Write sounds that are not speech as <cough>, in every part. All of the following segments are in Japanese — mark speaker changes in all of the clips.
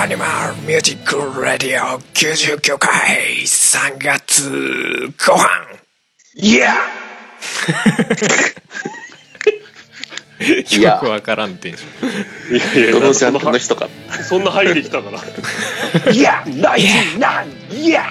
Speaker 1: アニマルミュージックラディオ99回3月後半
Speaker 2: いや
Speaker 3: いや
Speaker 4: よくわからんテンション
Speaker 3: いやい
Speaker 4: ど
Speaker 3: や
Speaker 4: のジ
Speaker 3: そ
Speaker 4: ャ
Speaker 3: んな
Speaker 4: ンルの人か
Speaker 3: そんな入りきたから
Speaker 2: いやナインナインいや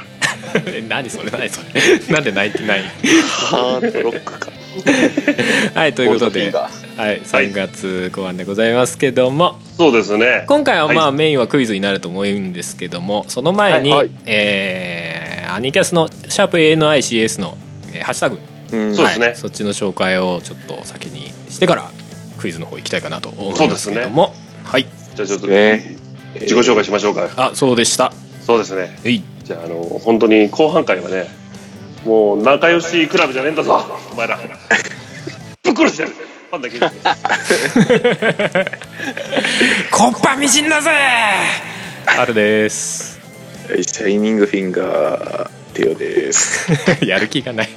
Speaker 4: <laughs> え何それ何そ <laughs> れなんで泣いてない
Speaker 3: ハードロックか
Speaker 4: <laughs> はいということで、
Speaker 2: ゴールド
Speaker 4: は
Speaker 2: フ
Speaker 4: い、3月後半でございますけども
Speaker 3: <laughs> そうですね
Speaker 4: 今回はまあ
Speaker 3: は
Speaker 4: メインはクイズになると思うんですけどもその前に、
Speaker 3: はいはい
Speaker 4: えーアニキャスの「シャープ a n i c s の、えーハッシュタグ
Speaker 3: そうです
Speaker 4: は
Speaker 3: ね
Speaker 4: い、そっちの紹介をちょっと先にしてからクイズの方行きたいかなと思いますけども、はい
Speaker 3: じゃあちょっと
Speaker 2: ね
Speaker 3: 自己紹介しましょうか
Speaker 4: あそうでした
Speaker 3: そうですね
Speaker 4: えい
Speaker 3: じゃああの本当に後半回はねもう仲良しクラブじゃねえんだぞお前らぶっ殺してやるファンだけに
Speaker 1: コッパみじんだぜ
Speaker 4: あるです <laughs>
Speaker 2: シャイニングフィンガーテオです
Speaker 4: やる気がない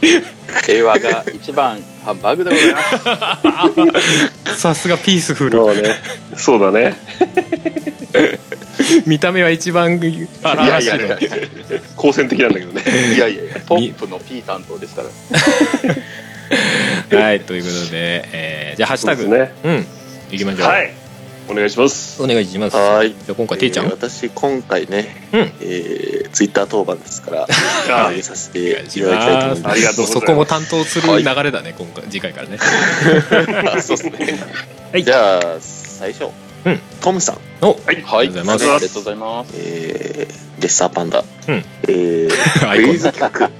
Speaker 5: 平和が一番ハンバーグでございます。
Speaker 4: さすがピースフル
Speaker 3: もうねそうだね
Speaker 4: 見た目は一番荒々しいの
Speaker 3: 好戦的なんだけどね <laughs>
Speaker 5: いやいやいや、ポップの P 担当ですから。
Speaker 4: はいということで、えーじゃあハッシュ
Speaker 3: そう
Speaker 4: タ
Speaker 3: で
Speaker 4: グ
Speaker 3: す
Speaker 4: う
Speaker 3: ね
Speaker 4: ん行きましょう、
Speaker 3: はいお願いします
Speaker 4: お願いします
Speaker 2: はーい
Speaker 4: じゃあ今回ていちゃん、
Speaker 2: えー私今回ね、
Speaker 4: うん
Speaker 2: えツイッター Twitter 当番ですから
Speaker 3: あ
Speaker 2: 上げさせてい
Speaker 4: お
Speaker 2: た
Speaker 4: 願
Speaker 2: だ
Speaker 4: いし
Speaker 2: き
Speaker 4: た
Speaker 2: いと思い
Speaker 4: ま
Speaker 2: ます
Speaker 3: ありがとうございます
Speaker 4: そこも担当する流れだね今回次回からね
Speaker 2: あそうですね、
Speaker 4: はい
Speaker 2: じゃあ最初、
Speaker 4: うん
Speaker 2: トムさん、
Speaker 4: お
Speaker 3: はい
Speaker 4: ありがとうござい
Speaker 5: あ
Speaker 4: ます
Speaker 5: りがとうございます。
Speaker 2: えーレッサーパンダ、
Speaker 4: うん
Speaker 2: えー
Speaker 4: <laughs> アイコン
Speaker 2: クイズ企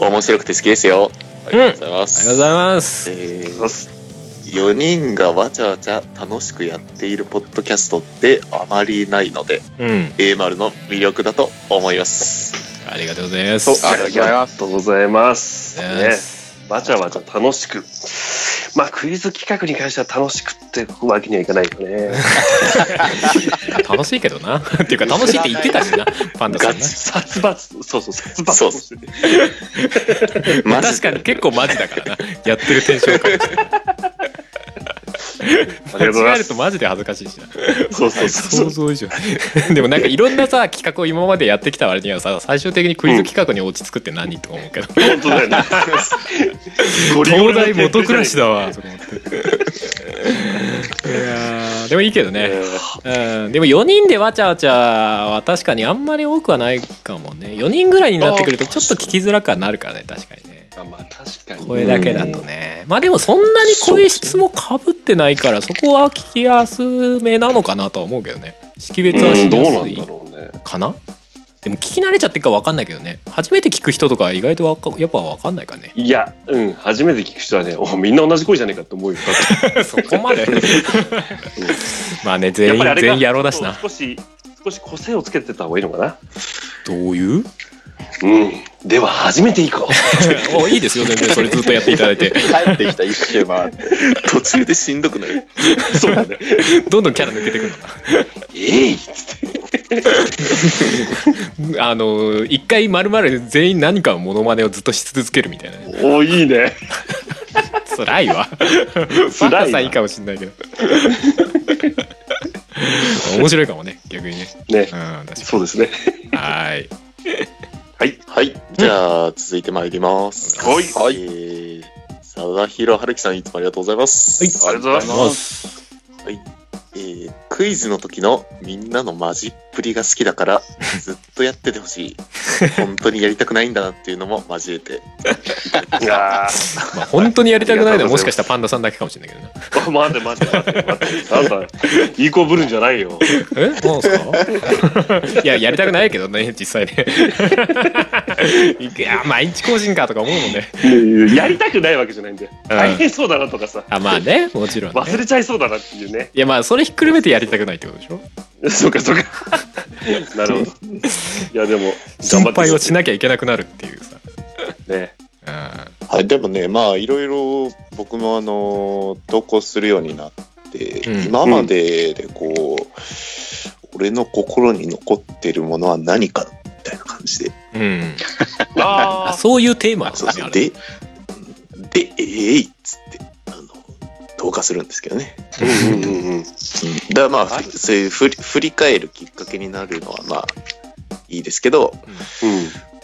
Speaker 2: 画面白くて好きですよありがとうございま
Speaker 4: あり
Speaker 2: す、
Speaker 4: がとうございます
Speaker 2: え
Speaker 3: お願いします
Speaker 2: 4人がわちゃわちゃ楽しくやっているポッドキャストってあまりないので
Speaker 4: うん
Speaker 2: A 丸の魅力だと思います
Speaker 4: ありがとうございます
Speaker 3: そう
Speaker 5: ありがとうござ
Speaker 3: あ
Speaker 5: い
Speaker 3: り
Speaker 5: ま
Speaker 3: が
Speaker 5: す。
Speaker 3: とうございます
Speaker 4: ありがとうございま
Speaker 3: ね
Speaker 4: す
Speaker 3: わちゃわちゃ楽しく。まあ、クイズ企画に関しては楽しくってわけにはいかないよね。
Speaker 4: 楽しいけどなっていうか楽しいって言ってたしなパンダさ
Speaker 2: ガ
Speaker 4: んな
Speaker 2: チ
Speaker 3: 殺伐、そうそう、殺伐
Speaker 2: そう
Speaker 3: と
Speaker 2: っす
Speaker 4: <laughs>
Speaker 3: してて。
Speaker 2: マジ
Speaker 4: 確かに結構マジだからなやってるテンション感
Speaker 3: ありがと
Speaker 4: 間違
Speaker 3: うござい
Speaker 4: え
Speaker 3: ま
Speaker 4: る
Speaker 3: す
Speaker 4: と。マジで恥ずかしいしな
Speaker 3: そうそうそ
Speaker 4: 想
Speaker 3: う。
Speaker 4: 像以
Speaker 3: <laughs>
Speaker 4: 上でもなんかいろんなさ企画を今までやってきた割にはさ最終的にクイズ企画に落ち着くって何とか思うけど
Speaker 3: 本
Speaker 4: <laughs>
Speaker 3: 当だよね。ゴリゴ
Speaker 4: 東
Speaker 3: リの
Speaker 4: 大元暮らし
Speaker 3: だ。
Speaker 4: だわとか思っていやーでもいいけどね、うん、でも4人でわちゃわちゃは確かにあんまり多くはないかもね4人ぐらいになってくるとちょっと聞きづらくはなるからね確かにね
Speaker 3: まあ、確かに。
Speaker 4: 声だけだとねまあでもそんなに声質もかぶってないからそこは聞きやすめなのかなとは思うけどね識別はし
Speaker 3: うん、どう
Speaker 4: や
Speaker 3: な
Speaker 4: す
Speaker 3: んだ
Speaker 4: い
Speaker 3: ろうね。
Speaker 4: かなでも聞き慣れちゃってるか分かんないけどね初めて聞く人とかは意外とわかやっぱ分かんないからね
Speaker 3: いや、うん、初めて聞く人はね、おみんな同じ声じゃねえかって思うよ。
Speaker 4: <laughs> そこまで <laughs> まあね <laughs> 全員全員野郎だしな
Speaker 3: そう少し、少し個性をつけてた方がいいのかな。
Speaker 4: どういう
Speaker 3: うん。では、始めていこう。
Speaker 4: おいいですよ全然それずっとやっていただいて
Speaker 5: 帰ってきた一周回って。
Speaker 2: 途中でしんどくなる
Speaker 3: そうだね。
Speaker 4: どんどんキャラ抜けてくる
Speaker 3: えい
Speaker 4: のあの一回まるまる全員何かのモノマネをずっとし続けるみたいなね
Speaker 3: お、いいね。
Speaker 4: 辛いわ
Speaker 3: 辛いな
Speaker 4: 辛いさんいいかもしんないけど面白いかもね逆にね
Speaker 3: ね
Speaker 4: う。ん確
Speaker 3: そうですね。
Speaker 4: か
Speaker 3: <laughs>
Speaker 4: にはい
Speaker 3: はい。
Speaker 2: はいじゃあ続いてまいります
Speaker 3: はい
Speaker 2: はいえー佐田弘春樹さんいつもありがとうございます
Speaker 4: はい
Speaker 3: ありがとうございます。
Speaker 2: えークイズの時のみんなの混じっぷりが好きだからずっとやっててほしい本当にやりたくないんだなっていうのも交えて
Speaker 3: いやー。 <laughs>
Speaker 4: まあ本当にやりたくないのはもしかしたらパンダさんだけかもしれないけどね
Speaker 3: あ待って待って待って待ってあんたいい子ぶるんじゃないよ
Speaker 4: えなんすかいややりたくないけどね実際ね <laughs> いや毎日更新かとか思うもんね、
Speaker 3: やりたくないわけじゃないんで大変そうだなとかさ
Speaker 4: あまあねもちろん、ね、
Speaker 3: 忘れちゃいそうだなっていうね
Speaker 4: いやまあそれひっくるめてやりたくないってことでしょ
Speaker 3: <laughs> そうかそうかなるほどいやでも
Speaker 4: 心配をし
Speaker 3: な
Speaker 4: なきゃいけなくなるっていうさ
Speaker 3: ね
Speaker 4: う
Speaker 2: はいでもねまあいろいろ僕もあの投稿するようになって、
Speaker 4: うん
Speaker 2: 今まででこう、俺の心に残ってるものは何かみたいな感じで
Speaker 4: うん、あ
Speaker 3: あー
Speaker 4: そういうテーマです
Speaker 2: そう
Speaker 4: ね
Speaker 2: そ
Speaker 4: あ
Speaker 2: う
Speaker 4: れ
Speaker 2: ででえいっつってあの投下するんですけどね、
Speaker 3: うんうんうんうん
Speaker 2: うん、だからまあそういうふり振り返るきっかけになるのはまあいいですけど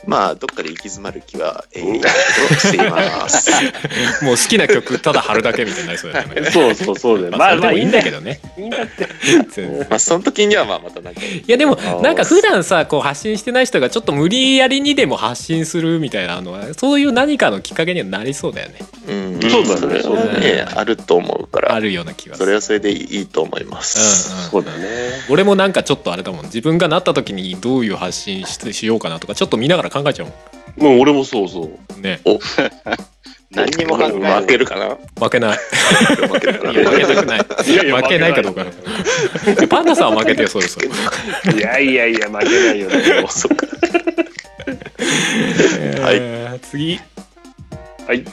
Speaker 2: まあどっかで行き詰まる気は永遠だけどしています。
Speaker 4: もう好きな曲ただ貼るだけみたいになりそうだよ
Speaker 3: <laughs> うん
Speaker 4: ね
Speaker 3: そうそうそうだよ。
Speaker 4: まあ、それでもいいんだけ
Speaker 3: ど。
Speaker 4: どね。
Speaker 3: いいんだって。
Speaker 4: 全然
Speaker 2: <laughs> まあその時にはまあまたなんか
Speaker 4: <laughs> いやでも
Speaker 3: ー
Speaker 4: なんか普段さこう発信してない人がちょっと無理やりにでも発信するみたいなのはそういう何かのきっかけにはなりそうだよね
Speaker 2: うん
Speaker 3: そうだね
Speaker 2: それは
Speaker 4: そうだね
Speaker 2: あると思うか
Speaker 4: あ
Speaker 2: ら
Speaker 4: るような気がす
Speaker 2: そ
Speaker 4: る
Speaker 2: れはそれでいいと思います、
Speaker 4: うんうん、
Speaker 3: そうだね。
Speaker 4: 俺もなんかちょっとあれだもん自分がなった時にどういう発信ししようかなとかちょっと見ながら考えちゃうも
Speaker 3: もう俺もそうそう。
Speaker 4: んね
Speaker 5: 何にも考えない
Speaker 2: 負けるかな
Speaker 4: 負けない
Speaker 2: 負けるか
Speaker 4: い <laughs> や負け
Speaker 2: な
Speaker 4: たくない
Speaker 3: いやいや
Speaker 4: 負けないかどうかパンダさんは負けてよそろそろ
Speaker 3: いやいやいや、負けないよ。でも
Speaker 2: <laughs> そっかはい
Speaker 4: い次
Speaker 3: はい。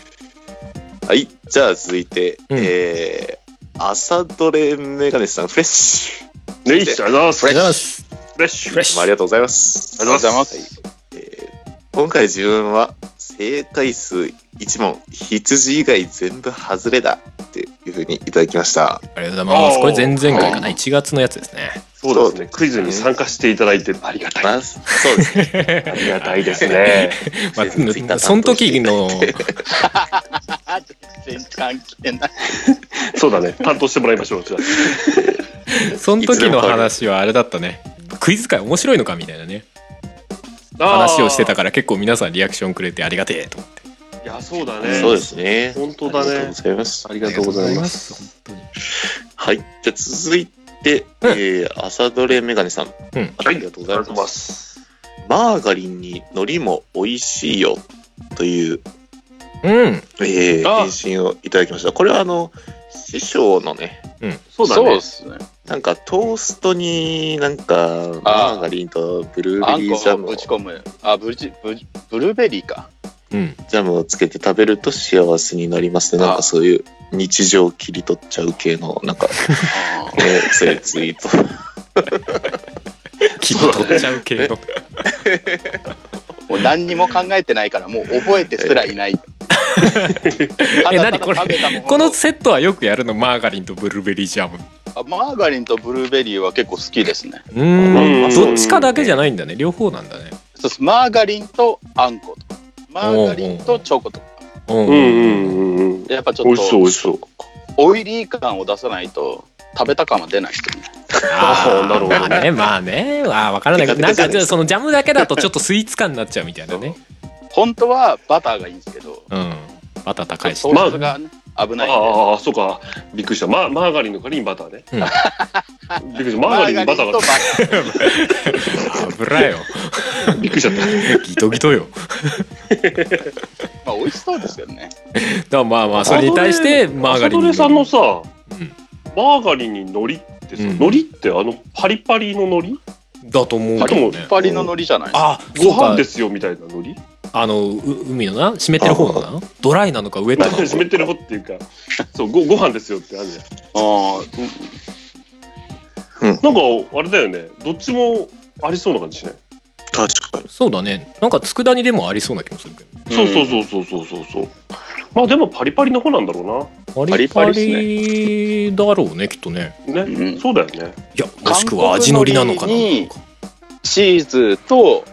Speaker 2: はいじゃあ続いて、
Speaker 4: うん
Speaker 2: えー朝どれメガネさんフレッシュ
Speaker 3: ねいっしょ、ありがとうございます。
Speaker 4: す
Speaker 3: フレッシュ。
Speaker 4: フレッ
Speaker 2: いつもありがとうございます、
Speaker 3: ありがとうございます
Speaker 2: はいえー今回自分は正解数1問羊以外全部外れだっていうふうにいただきました
Speaker 4: ありがとうございますこれ前々回かな
Speaker 5: あー
Speaker 4: 1月のやつですね
Speaker 3: そうですね。クイズに参加していただいてありがたい。
Speaker 2: まあそうですね
Speaker 3: ありがたいですね。
Speaker 4: ま
Speaker 2: ツイッター担当
Speaker 4: あ、その時の
Speaker 5: 全然関係ない。
Speaker 3: <laughs> そうだね。担当してもらいましょう。じゃ
Speaker 4: <laughs> その時の話はあれだったねクイズ会面白いのかみたいなね
Speaker 3: あ
Speaker 4: 話をしてた
Speaker 3: か
Speaker 4: から結構皆さんリアクションくれてありがてえと思って
Speaker 3: ら。いや、そうだね。
Speaker 2: そうで。すね
Speaker 3: 本当だ
Speaker 2: ありがとう
Speaker 3: ね
Speaker 2: ご。ざいます
Speaker 3: ありがとうございます。
Speaker 4: す本当に
Speaker 2: はい。じゃあ続いて、
Speaker 4: うん
Speaker 2: えー、朝どれメガネさん。
Speaker 4: うん
Speaker 2: ありがとうございます。
Speaker 3: す。
Speaker 2: マーガリンに海苔も美味しいよという、
Speaker 4: うん
Speaker 2: えー、
Speaker 3: あ
Speaker 2: 返信をいただきました。これはあの、師匠のね、
Speaker 3: そうだね
Speaker 5: で。すね。
Speaker 2: なんかトーストになんか、マ
Speaker 5: あー
Speaker 2: ーガリンとブルー
Speaker 5: あ
Speaker 2: ベ
Speaker 5: ん
Speaker 2: リージ
Speaker 5: こ
Speaker 2: ャ
Speaker 5: を
Speaker 2: ム
Speaker 5: ぶち
Speaker 2: を
Speaker 5: 込む。あ、ブルチブルブルーベリーか。
Speaker 4: うん
Speaker 2: ジャムをつけて食べると幸せになりますね。なん
Speaker 5: あ
Speaker 2: か
Speaker 5: ー
Speaker 2: そういう日常を切り取っちゃう系の、なんか、
Speaker 5: あ
Speaker 2: えー、そういうツイート。
Speaker 4: 気に取っちゃう系の
Speaker 5: ーもう何にも考えてないから、もう覚えてすら
Speaker 3: <laughs>
Speaker 5: いない。
Speaker 4: え
Speaker 5: え
Speaker 4: 何これこのセットはよくやるのマーガリンとブルーベリージャム
Speaker 5: マーガリンとブルーベリーは結構好きですね。
Speaker 4: う
Speaker 3: うんん
Speaker 4: どっちかだけじゃないんだね両方なんだね
Speaker 5: そうですマーガリンとあんことか。マーガリンとチョコとか。
Speaker 4: うん
Speaker 3: うんうんうんうん。
Speaker 5: やっぱち
Speaker 3: 美
Speaker 5: ょっ
Speaker 3: 味しそう、美
Speaker 5: と
Speaker 3: 味しそう。
Speaker 5: オイリー感を出さないと食べた感は出ないですよね。
Speaker 4: あー
Speaker 3: なるほどね
Speaker 4: まあねまあねあーわからないけどなんかちょっとそのジャムだけだとちょっとスイーツ感になっちゃうみたいなね
Speaker 5: 本当はバターがいいんですけど、
Speaker 4: うんバター高いし
Speaker 5: 糖質がね危ないんで。
Speaker 3: ああ、そうか。びっくりした。ママーガリンの代わりにバターね。
Speaker 4: うん
Speaker 3: びっくりした。マーガリンにバター
Speaker 5: マーガリンと
Speaker 3: が。
Speaker 5: バター
Speaker 4: 油よ
Speaker 3: びっくりしちゃった。
Speaker 4: ギトギトよ
Speaker 5: まあ美味しそうですけどね。
Speaker 4: だからまあまあそれに対してマーガリン
Speaker 3: 朝どれさんのさ、
Speaker 4: うん
Speaker 3: マーガリンに海苔ってさ、
Speaker 4: うん
Speaker 3: 海苔ってあのパリパリの海苔
Speaker 4: だと思う
Speaker 5: パ
Speaker 4: け
Speaker 5: リ
Speaker 4: ど
Speaker 5: ッ
Speaker 4: ね
Speaker 5: パリの海苔じゃない。
Speaker 4: あ
Speaker 3: ご
Speaker 4: そう
Speaker 3: 飯
Speaker 4: か
Speaker 3: ですよみたいな海苔
Speaker 4: あのう海のな湿ってる方のなドライなのかウェットなのか
Speaker 3: 湿ってるほっていうか、 <laughs> そうごご飯ですよってあるじゃん。
Speaker 5: あー
Speaker 3: なんかあれだよね、どっちもありそうな感じしない。
Speaker 2: 確かに。
Speaker 4: そうだねなんか佃煮でもありそうな気もするけどね
Speaker 3: そうそうそうそうそうそうそう。まあでもパリパリの方なんだろ
Speaker 4: パリパ
Speaker 5: パリパリ
Speaker 4: リだろうねきっとね
Speaker 3: うな。ね、
Speaker 5: うん
Speaker 3: そうだよね。
Speaker 4: いやもしくは味のりなのかな
Speaker 5: 韓国海苔にチーズと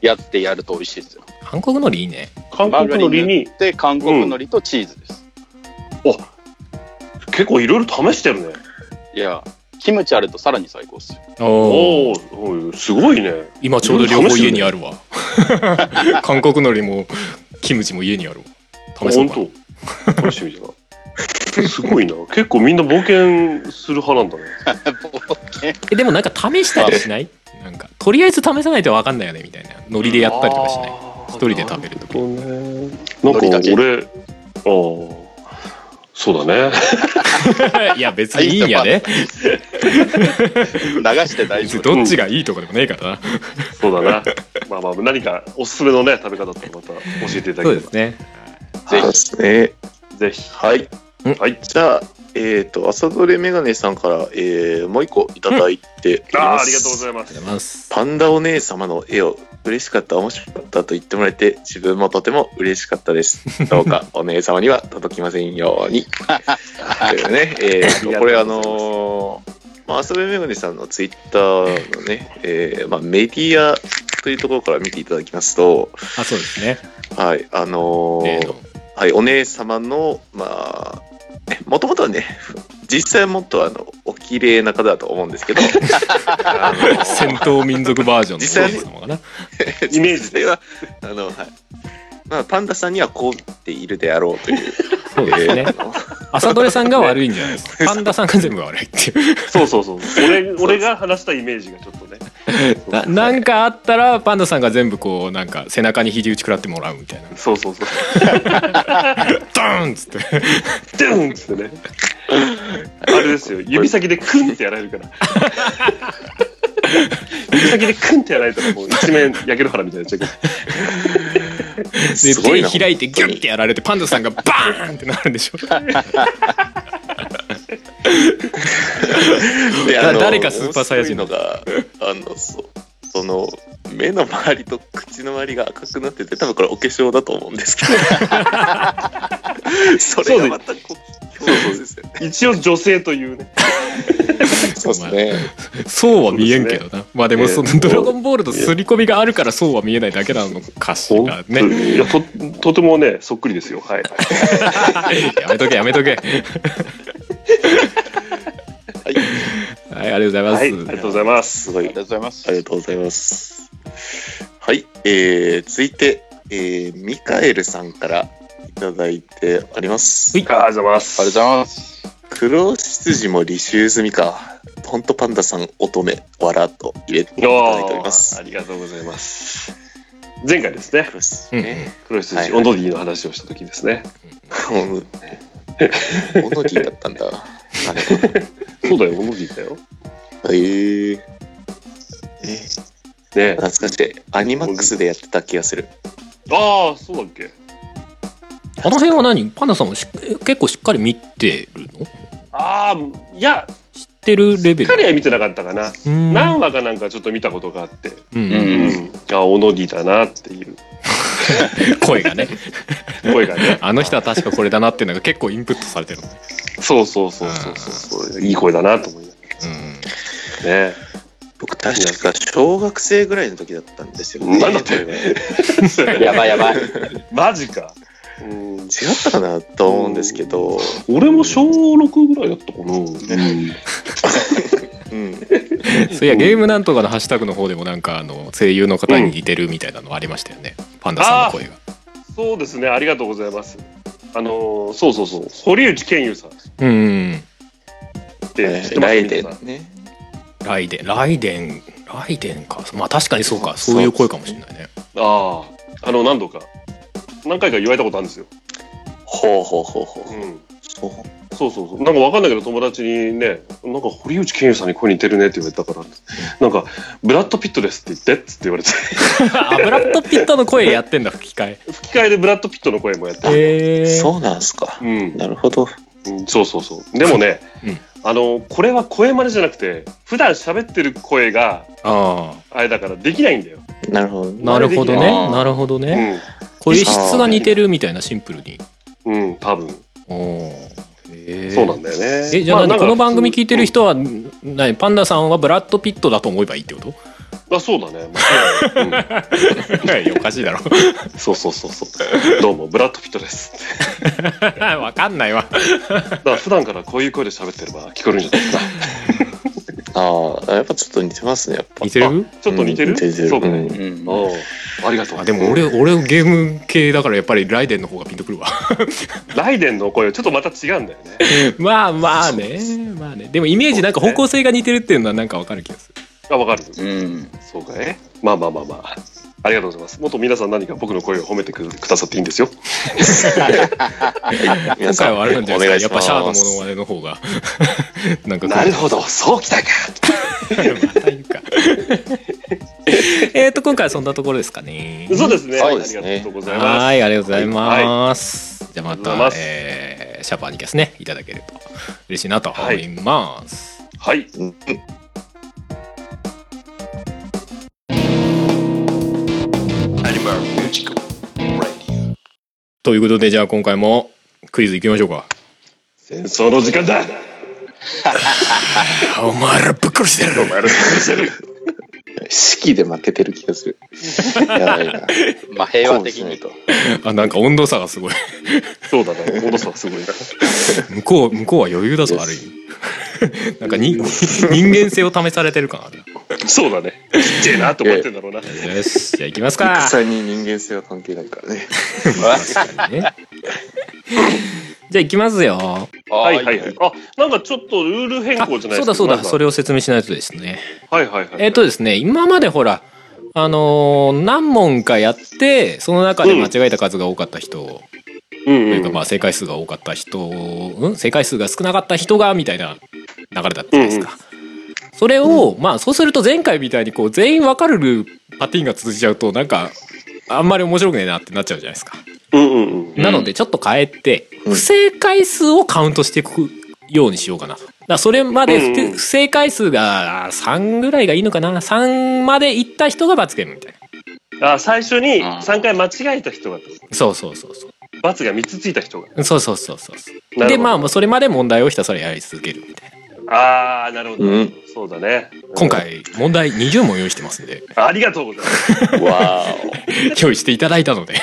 Speaker 5: やってやると美味しいですよ。
Speaker 4: 韓国のりいいね
Speaker 3: 韓国のりに
Speaker 5: で韓国海苔とチーズです。
Speaker 3: 結構いろいろ試してるね。
Speaker 5: いやキムチあるとさらに最高で
Speaker 3: <laughs>
Speaker 5: すよ。
Speaker 3: おおー、すごいね。
Speaker 4: 今ちょうど両方家にあるわ <laughs> 韓国のりもキムチも家にあるわ試そう
Speaker 3: 本
Speaker 4: かな
Speaker 3: 当。楽しみじゃん。すごいな。 <laughs> 結構みんな冒険する派なん
Speaker 2: <laughs>
Speaker 3: だね。
Speaker 4: えでもなんか試したりしないなんかとりあえず試さないと分かんないよねみたいなのりでやったりとかしない
Speaker 3: あー
Speaker 4: 一人で食べるとき
Speaker 3: そうね。なんか
Speaker 5: 海苔だけ
Speaker 3: 俺、ああ、そうだ
Speaker 4: <laughs>
Speaker 3: ね。 <laughs>
Speaker 4: いや別にいいんやで、
Speaker 5: 流して大
Speaker 4: 別に
Speaker 5: 丈夫。
Speaker 4: どっちがいいとかでもねえからな、
Speaker 3: そうだね。まあまあ、何かおすすめのね、食べ方だったらまた教えていただければ。
Speaker 4: ね
Speaker 2: そうですね。
Speaker 3: ぜひ。
Speaker 2: はい。
Speaker 3: はい。
Speaker 2: じゃあ、えっ、と、朝どれメガネさんから、えーもう一個いただいており
Speaker 3: あ
Speaker 2: ま
Speaker 3: あ、
Speaker 2: す。
Speaker 3: ありがとうございま
Speaker 4: りがとうござ
Speaker 3: す。
Speaker 4: います
Speaker 2: パンダお姉様の絵を嬉しかった、面白かったと言ってもらえて、自分もとても嬉しかっ
Speaker 3: <laughs>
Speaker 2: たです。どうかお姉様には届きませんように。というね、えーとこれあのーまあ、遊びメガネさんのツイッターのね、えーまあ、メディアというところから見ていただきますと、
Speaker 4: あそうですね
Speaker 2: はい、あのー
Speaker 4: 例の
Speaker 2: はい、お姉様の、まあ、もともとはね、実際はもっとあの、お綺麗な方だと思う
Speaker 4: <laughs>
Speaker 2: んですけど、あのー
Speaker 4: 戦闘民族バージョンの王子様かな
Speaker 3: イメージ
Speaker 2: <laughs> それは、あの、はい。まあ、パンダさんにはこうっているであろう
Speaker 4: <laughs>
Speaker 2: という。
Speaker 4: そうですね
Speaker 2: えーあの
Speaker 4: 朝どれさんが悪いんじゃないですかパンダさんが全部が悪いっていう
Speaker 3: そうそうそう。俺、俺が話したイメージがちょっとね。
Speaker 4: <laughs> ななんかあったらパンダさんが全部こうなんか背中に肘打ち食らってもらうみたいな
Speaker 3: そうそうそう。
Speaker 4: ドーンっつって
Speaker 3: ドゥンっつってね。あれですよ、指先でクンってやられるから。 <laughs> 指先でクンってやられたら、もう一面焼け野原みたいになっちゃうけ
Speaker 4: です
Speaker 2: ごいな
Speaker 4: 手開いてギュッてやられてパンダさんがバーンってなるんでしょ
Speaker 2: であの
Speaker 4: <laughs> 誰かスーパーサイヤ人
Speaker 2: 面白いのが、あの、そう。その目の周りと口の周りが赤くなってて多分これお化粧だと思う
Speaker 4: <laughs>
Speaker 2: んですけどそれがまたこうそうですよね
Speaker 3: ど。一応女性というね。
Speaker 2: そうですね
Speaker 4: そうは見えんけどな、まあでもその
Speaker 3: え
Speaker 4: 「
Speaker 3: ー
Speaker 4: ドラゴンボール」と刷り込みがあるからそうは見えないだけなのかしらね
Speaker 3: 本当にいやと、とてもね、そっくりですよ。はい。
Speaker 4: やめとけやめとけ
Speaker 2: はい
Speaker 4: はいありがとうご
Speaker 3: は
Speaker 4: ざ
Speaker 3: い、あ
Speaker 4: い
Speaker 3: り
Speaker 4: ま
Speaker 3: が
Speaker 4: す、
Speaker 3: とうございます。
Speaker 2: すご
Speaker 5: り
Speaker 2: い
Speaker 5: がとうございます
Speaker 2: あ。りがとうございます。はい、えー、続いて、えー、ミカエルさんからいただいております。
Speaker 3: ありがとうございます。
Speaker 5: ありがとうございます。
Speaker 2: 黒羊も履修済みか。ポントパンダさん乙女、わらと入れていただいておりま
Speaker 3: あーあ
Speaker 2: す。
Speaker 3: りがとうございます。前回ですね、
Speaker 2: 黒羊ね。
Speaker 3: 黒い
Speaker 2: はい
Speaker 3: 筋、
Speaker 2: はい
Speaker 3: オンドディの話をした時ですね。
Speaker 2: うん、 <laughs> オノディだったんだ。あれは。
Speaker 3: そうだよ、オンドディだよ。
Speaker 2: えー、え
Speaker 3: ね
Speaker 2: 懐かしい。アニマックスでやってた気がする。
Speaker 3: ああ、そうだっけ
Speaker 4: あの辺は何パンダさんもしえ結構しっかり見てるの知っ
Speaker 3: ああ、いや、
Speaker 4: てるレベ
Speaker 3: しっかり
Speaker 4: ル
Speaker 3: は見てなかったかな。
Speaker 4: うーん
Speaker 3: 何話かなんかちょっと見たことがあって、
Speaker 4: う、
Speaker 5: うんん。
Speaker 3: あオノディだなっていう
Speaker 4: 声がね
Speaker 3: 声がね
Speaker 4: あの人は確かこれだなっていうのが結構インプットされてるのね、
Speaker 3: そうそうそうそうそうそういい声だなと思いながらね
Speaker 2: 僕、確か小学生ぐらいの時だったんですよ、ね。
Speaker 3: なんだって
Speaker 2: これは
Speaker 5: やばいや
Speaker 3: <laughs>
Speaker 5: ばい。
Speaker 3: マジかうん
Speaker 2: 違ったかなと思うんですけど、
Speaker 3: 俺も小6ぐらいだったかな、
Speaker 2: うん、
Speaker 4: うん、そういやゲームなんとかのハッシュタグの方でもなんかあの声優の方に似てるみたいなのありましたよね、パンダさんの声が
Speaker 3: そうですねありがとうございますあのーそうそうそう堀内健優さんっ
Speaker 4: うんうん
Speaker 3: て知ってます
Speaker 2: ライ
Speaker 3: 皆
Speaker 2: デ
Speaker 3: さん
Speaker 2: ンね。
Speaker 4: ライデンライデンライデンかまあ確かにそうかそういう声かもしれないね
Speaker 3: あああの何度か何回か言われたことあるんですよ、
Speaker 2: ほうほうほうほう。
Speaker 3: うん、
Speaker 2: そう
Speaker 3: そうそうそう。なんかわかんないけど友達にね、なんか堀内健優さんに声似てるねって言われたから、なんか、ブラッド・ピットですって言ってっつって言われて、
Speaker 4: あブラッド・ピットの声やってんだ吹き替え
Speaker 3: 吹き替えでブラッド・ピットの声もやってる。
Speaker 4: へえ
Speaker 2: そうなんすか。
Speaker 3: うん
Speaker 2: なるほど。
Speaker 3: うん、そうそうそう。でもね、
Speaker 4: うん
Speaker 3: あの、これは声真似じゃなくて、普段喋ってる声が、
Speaker 4: あ
Speaker 3: あれだからできないんだよ。
Speaker 2: なるほど。
Speaker 4: あなるほど
Speaker 5: あ
Speaker 4: ね
Speaker 5: ー
Speaker 4: なるほど
Speaker 3: う
Speaker 4: ね
Speaker 3: ん。
Speaker 4: 声質が似てるみたいなシンプルに
Speaker 3: うん、多分。
Speaker 4: おおへえ
Speaker 3: そうなんだよね。
Speaker 4: えじゃあ
Speaker 3: ま
Speaker 4: 何、
Speaker 3: なんか
Speaker 4: この番組聞いてる人は、何パンダさんはブラッド・ピットだと思えばいいってこと
Speaker 3: うんあ、そうだね。 <laughs> まあ
Speaker 4: <laughs> いやおかしいだろ
Speaker 3: うんそうそうそうそう。どうも、ブラッド・ピットですっ
Speaker 4: <laughs>
Speaker 3: て。
Speaker 4: <laughs> わかんないわ
Speaker 3: だから普段からこういう声で喋ってれば聞こえるんじゃな
Speaker 4: <laughs>
Speaker 3: いですか。
Speaker 2: ああ、やっぱちょっと似てますね、やっぱ。
Speaker 4: 似てる
Speaker 3: ちょっと似てる、
Speaker 2: うん似てる
Speaker 3: そうか
Speaker 2: う
Speaker 3: ね
Speaker 2: ん。
Speaker 5: うん。
Speaker 3: おうありがとう。
Speaker 4: あでも俺俺ゲーム系だからやっぱりライデンの方がピンとくるわ
Speaker 3: ライデンの声ちょっとまた違うんだよね。
Speaker 4: <laughs> まあまあねまあねでもイメージなんか方向性が似てるっていうのはなんかわかる気がする
Speaker 3: あ、わかる。
Speaker 5: うん。
Speaker 3: そうかね。まあまあまあまあ。ありがとうございます。もっと皆さん何か僕の声を褒めてくくださっていいんですよ。
Speaker 2: 皆
Speaker 4: 今
Speaker 2: さ
Speaker 4: 回
Speaker 2: ん
Speaker 4: はあれなんじゃないですかやっぱシャアのもの
Speaker 2: は。
Speaker 4: まねの方が <laughs> なんかこう
Speaker 3: ほど、そうきたか。
Speaker 4: また言うか <laughs> えっと今回はそんなところですかね
Speaker 3: そうですね。
Speaker 2: そうですね
Speaker 3: ありがとうございます。
Speaker 4: はいありがとうございます、じゃあま
Speaker 3: ありがとうござ
Speaker 4: た
Speaker 3: います
Speaker 4: えシャープアニキャスねいただけると嬉しいなと思います、
Speaker 3: はい。
Speaker 4: ということでじゃあ今回もクイズいきましょうか
Speaker 3: 戦争の時間だ
Speaker 1: お前らぶっ殺してる
Speaker 2: 式で負けてる気
Speaker 4: <laughs>
Speaker 2: がする。やばいな。
Speaker 5: まあ平和的に
Speaker 2: と。
Speaker 4: <laughs> あなんか温度差がすごい
Speaker 3: そうだね。モドさんすごいな。
Speaker 4: 向こう向こうは余裕だぞあ <laughs> る意味なんかに人間性を試されてる感ある
Speaker 3: そうだね。ちっちゃいなと思ってんだろうな。
Speaker 4: よしじゃあいきますか
Speaker 2: 戦に人間性は関係ないか
Speaker 4: <laughs>
Speaker 2: らね。
Speaker 4: ねじゃあいきますよ
Speaker 3: はいはいはい。あ、なんかちょっとルール変
Speaker 4: あ
Speaker 3: 更じゃない
Speaker 4: そうだそうだそ
Speaker 3: れ。
Speaker 4: れを説明しないとですね
Speaker 3: はいはいはい。
Speaker 4: えっ、とですね、今までほら、あのー何問かやって、その中で間違えた数が多かった人、
Speaker 3: うん
Speaker 4: と
Speaker 3: う
Speaker 4: い
Speaker 3: ん
Speaker 4: うかまあ正解数が多かった人、うん、正解数が少なかった人が、みたいな流れだったじゃないですか。それを、まあそうすると前回みたいにこう全員わかるパティーンが続いちゃうと、なんか、あんまり面白くねえなってなっちゃうじゃないですか。
Speaker 3: うんうんうん。
Speaker 4: なのでちょっと変えて、
Speaker 2: うん
Speaker 4: 不正解数をカウントしていくようにしようかなと。だからそれまで
Speaker 3: うんうん
Speaker 4: 不正解数があー3ぐらいがいいのかな ?3 まで行った人が罰ゲームみたいな。
Speaker 3: あ、最初に
Speaker 5: うん
Speaker 3: 3回間違えた人がってこと、
Speaker 4: そうそうそうそう。
Speaker 3: 罰が3つついた人が。
Speaker 4: そうそうそうそうそう。
Speaker 3: なる
Speaker 4: で、
Speaker 3: ほど
Speaker 4: まあ、それまで問題をひたすらやり続けるみたいな。
Speaker 3: あー、なるほど。
Speaker 2: うん
Speaker 3: そうだね。
Speaker 4: 今回、問題20問用意してますんで、
Speaker 3: ありがとうございます。
Speaker 2: わ
Speaker 4: 用意していただいたので、